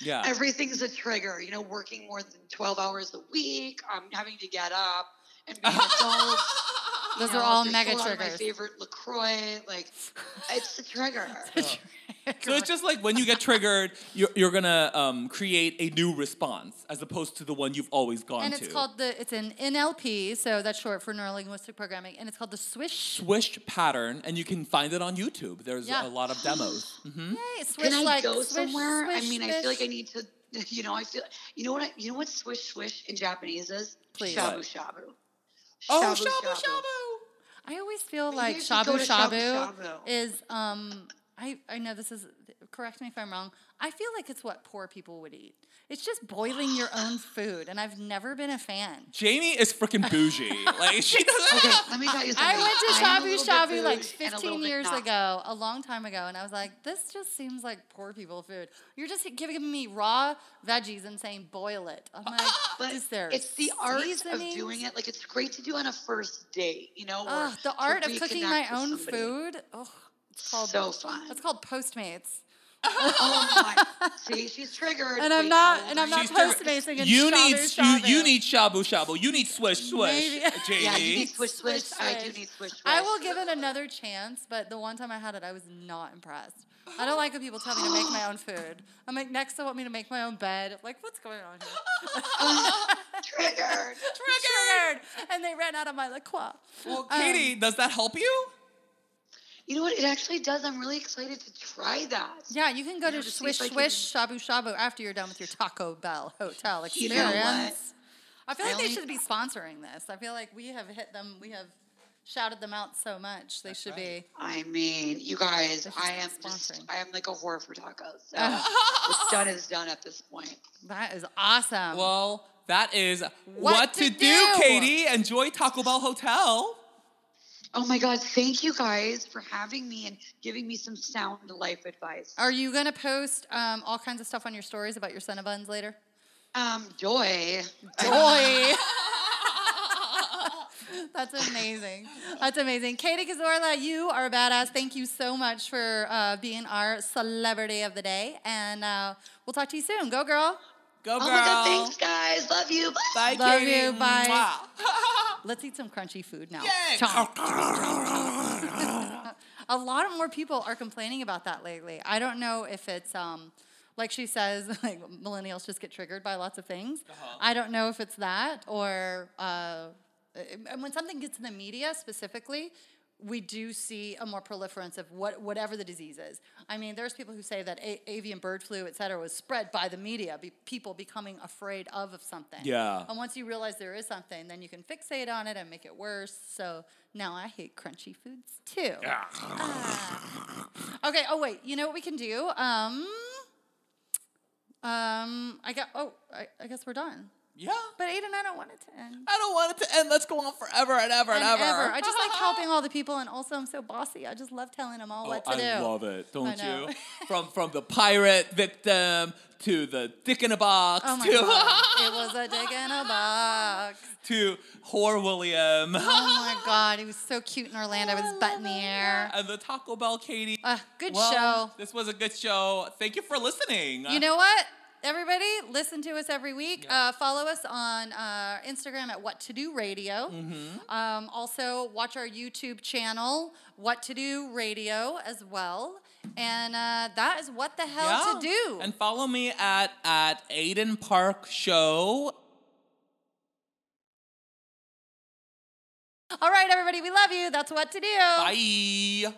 S2: yeah.
S8: everything's a trigger. You know, working more than twelve hours a week. I'm having to get up and be an adult. you
S3: Those
S8: know,
S3: are all
S8: there's
S3: mega
S8: still a lot of My
S3: triggers.
S8: favorite Lacroix. Like it's a trigger.
S2: So it's just like when you get triggered, you're, you're gonna um, create a new response as opposed to the one you've always gone
S3: and
S2: to.
S3: it's called the it's an NLP, so that's short for neurolinguistic programming, and it's called the Swish.
S2: Swish pattern, and you can find it on YouTube. There's
S3: Yeah.
S2: a lot of demos. Mhm.
S3: Hey, Swish
S8: Can I
S3: like
S8: go
S3: swish,
S8: somewhere? I
S3: swish,
S8: mean, I feel like I
S3: swish.
S8: need to. You know, I feel. You know what? I, you know what? Swish swish in Japanese is
S3: Please.
S8: shabu
S2: What?
S8: shabu.
S2: Oh, shabu shabu.
S3: I always feel
S8: Maybe
S3: like
S8: I should go
S3: shabu
S8: to shabu
S3: shabu
S8: shabu.
S3: is um I I know this is correct me if I'm wrong. I feel like it's what poor people would eat. It's just boiling your own food, and I've never been a fan.
S2: Jamie is freaking bougie. like she doesn't.
S8: Okay, let me tell you something.
S3: I
S8: I'm a
S3: went to
S8: little
S3: Shabu
S8: bit
S3: Shabu like
S8: bougie and a little
S3: 15
S8: bit
S3: years
S8: not.
S3: ago, a long time ago, and I was like, this just seems like poor people food. You're just giving me raw veggies and saying boil it. I'm like,
S8: Ah, But
S3: is there
S8: it's the art
S3: seasonings?
S8: of doing it. Like it's great to do on a first date, you know. or
S3: Ugh, the
S8: to
S3: art of cooking my
S8: reconnect with
S3: own
S8: somebody.
S3: food. Oh, it's called
S8: So fun.
S3: It's called Postmates,
S8: oh my! See, she's triggered.
S3: and I'm
S8: Wait,
S3: not
S8: how old
S3: and
S8: are
S3: I'm not
S8: you?
S2: She's triggered.
S3: Postmates. and
S2: You
S3: shabu
S2: need you,
S3: shabu.
S2: you need shabu shabu. You need swish swish,
S3: Maybe.
S2: Jamie.
S8: Yeah, you need swish
S3: Swish,
S8: swish. I do
S3: swish.
S8: need swish swish.
S3: I will give it another chance, but the one time I had it, I was not impressed. I don't like when people tell me to make my own food. I'm like, next they want me to make my own bed. I'm like, what's going on here?
S8: triggered.
S3: Triggered! And they ran out of my LaCroix.
S2: Well,
S3: um,
S2: Katie, does that help you?
S8: You know what? It actually does. I'm really excited to try that.
S3: Yeah, you can go
S8: Now
S3: to
S8: to see if
S3: Swish
S8: I can-
S3: Swish Shabu Shabu after you're done with your Taco Bell hotel
S8: You know
S3: experience.
S8: what?
S3: I feel like they
S8: Really?
S3: should be sponsoring this. I feel like we have hit them. We have shouted them out so much. They should be.
S8: I mean, you guys,
S3: They should
S8: I am
S3: start
S8: just,
S3: sponsoring.
S8: I am like a whore for tacos. So what's done is done at this point.
S3: That is awesome.
S2: Well, that is what,
S3: What
S2: to,
S3: to
S2: do,
S3: do.
S2: Katie. Enjoy Taco Bell Hotel.
S8: Oh my God, thank you guys for having me and giving me some sound life advice.
S3: Are you gonna post um, all kinds of stuff on your stories about your Cinnabons later?
S8: Um, Joy,
S3: Boy. That's amazing. That's amazing. Katie Kazorla, you are a badass. Thank you so much for uh, being our celebrity of the day. And uh, we'll talk to you soon. Go, girl.
S2: Go, girl.
S8: Oh my God, thanks guys. Love you. Bye.
S2: Bye,
S3: Love
S2: Katie.
S3: you. Bye.
S2: Mwah.
S3: Let's eat some crunchy food now.
S2: Yay.
S3: Chomp. a lot of more people are complaining about that lately. I don't know if it's um, like she says, like millennials just get triggered by lots of things. I don't know if it's that or uh, and when something gets in the media specifically. We do see a more proliferance of what, whatever the disease is. I mean, there's people who say that a- avian bird flu, et cetera, was spread by the media, be- people becoming afraid of, of something.
S2: Yeah.
S3: And once you realize there is something, then you can fixate on it and make it worse. So now I hate crunchy foods too. Ah. Okay. Oh wait. You know what we can do? Um. Um. I got. Oh. I, I guess we're done.
S2: Yeah.
S3: But Aiden, I don't want it to end.
S2: I don't want it to end. Let's go on forever and ever and,
S3: And ever. I just like helping all the people, and also I'm so bossy. I just love telling them all
S2: Oh,
S3: what to
S2: I
S3: do.
S2: love it, don't
S3: know.
S2: you? from from the pirate victim to the dick in a box
S3: Oh my
S2: to
S3: god! It was a dick in a box.
S2: to whore William
S3: Oh my god! He was so cute in Orlando with his butt in the air.
S2: and the Taco Bell Katie.
S3: Uh, good
S2: Well,
S3: show.
S2: This was a good show. Thank you for listening.
S3: You know what? Everybody, listen to us every week. Uh, follow us on uh, Instagram at What To Do Radio.
S2: Mm-hmm.
S3: Um, also, watch our YouTube channel, What To Do Radio, as well. And uh, that is what the hell to do.
S2: And follow me at at Aiden Park Show.
S3: All right, everybody, we love you. That's what to do.
S2: Bye.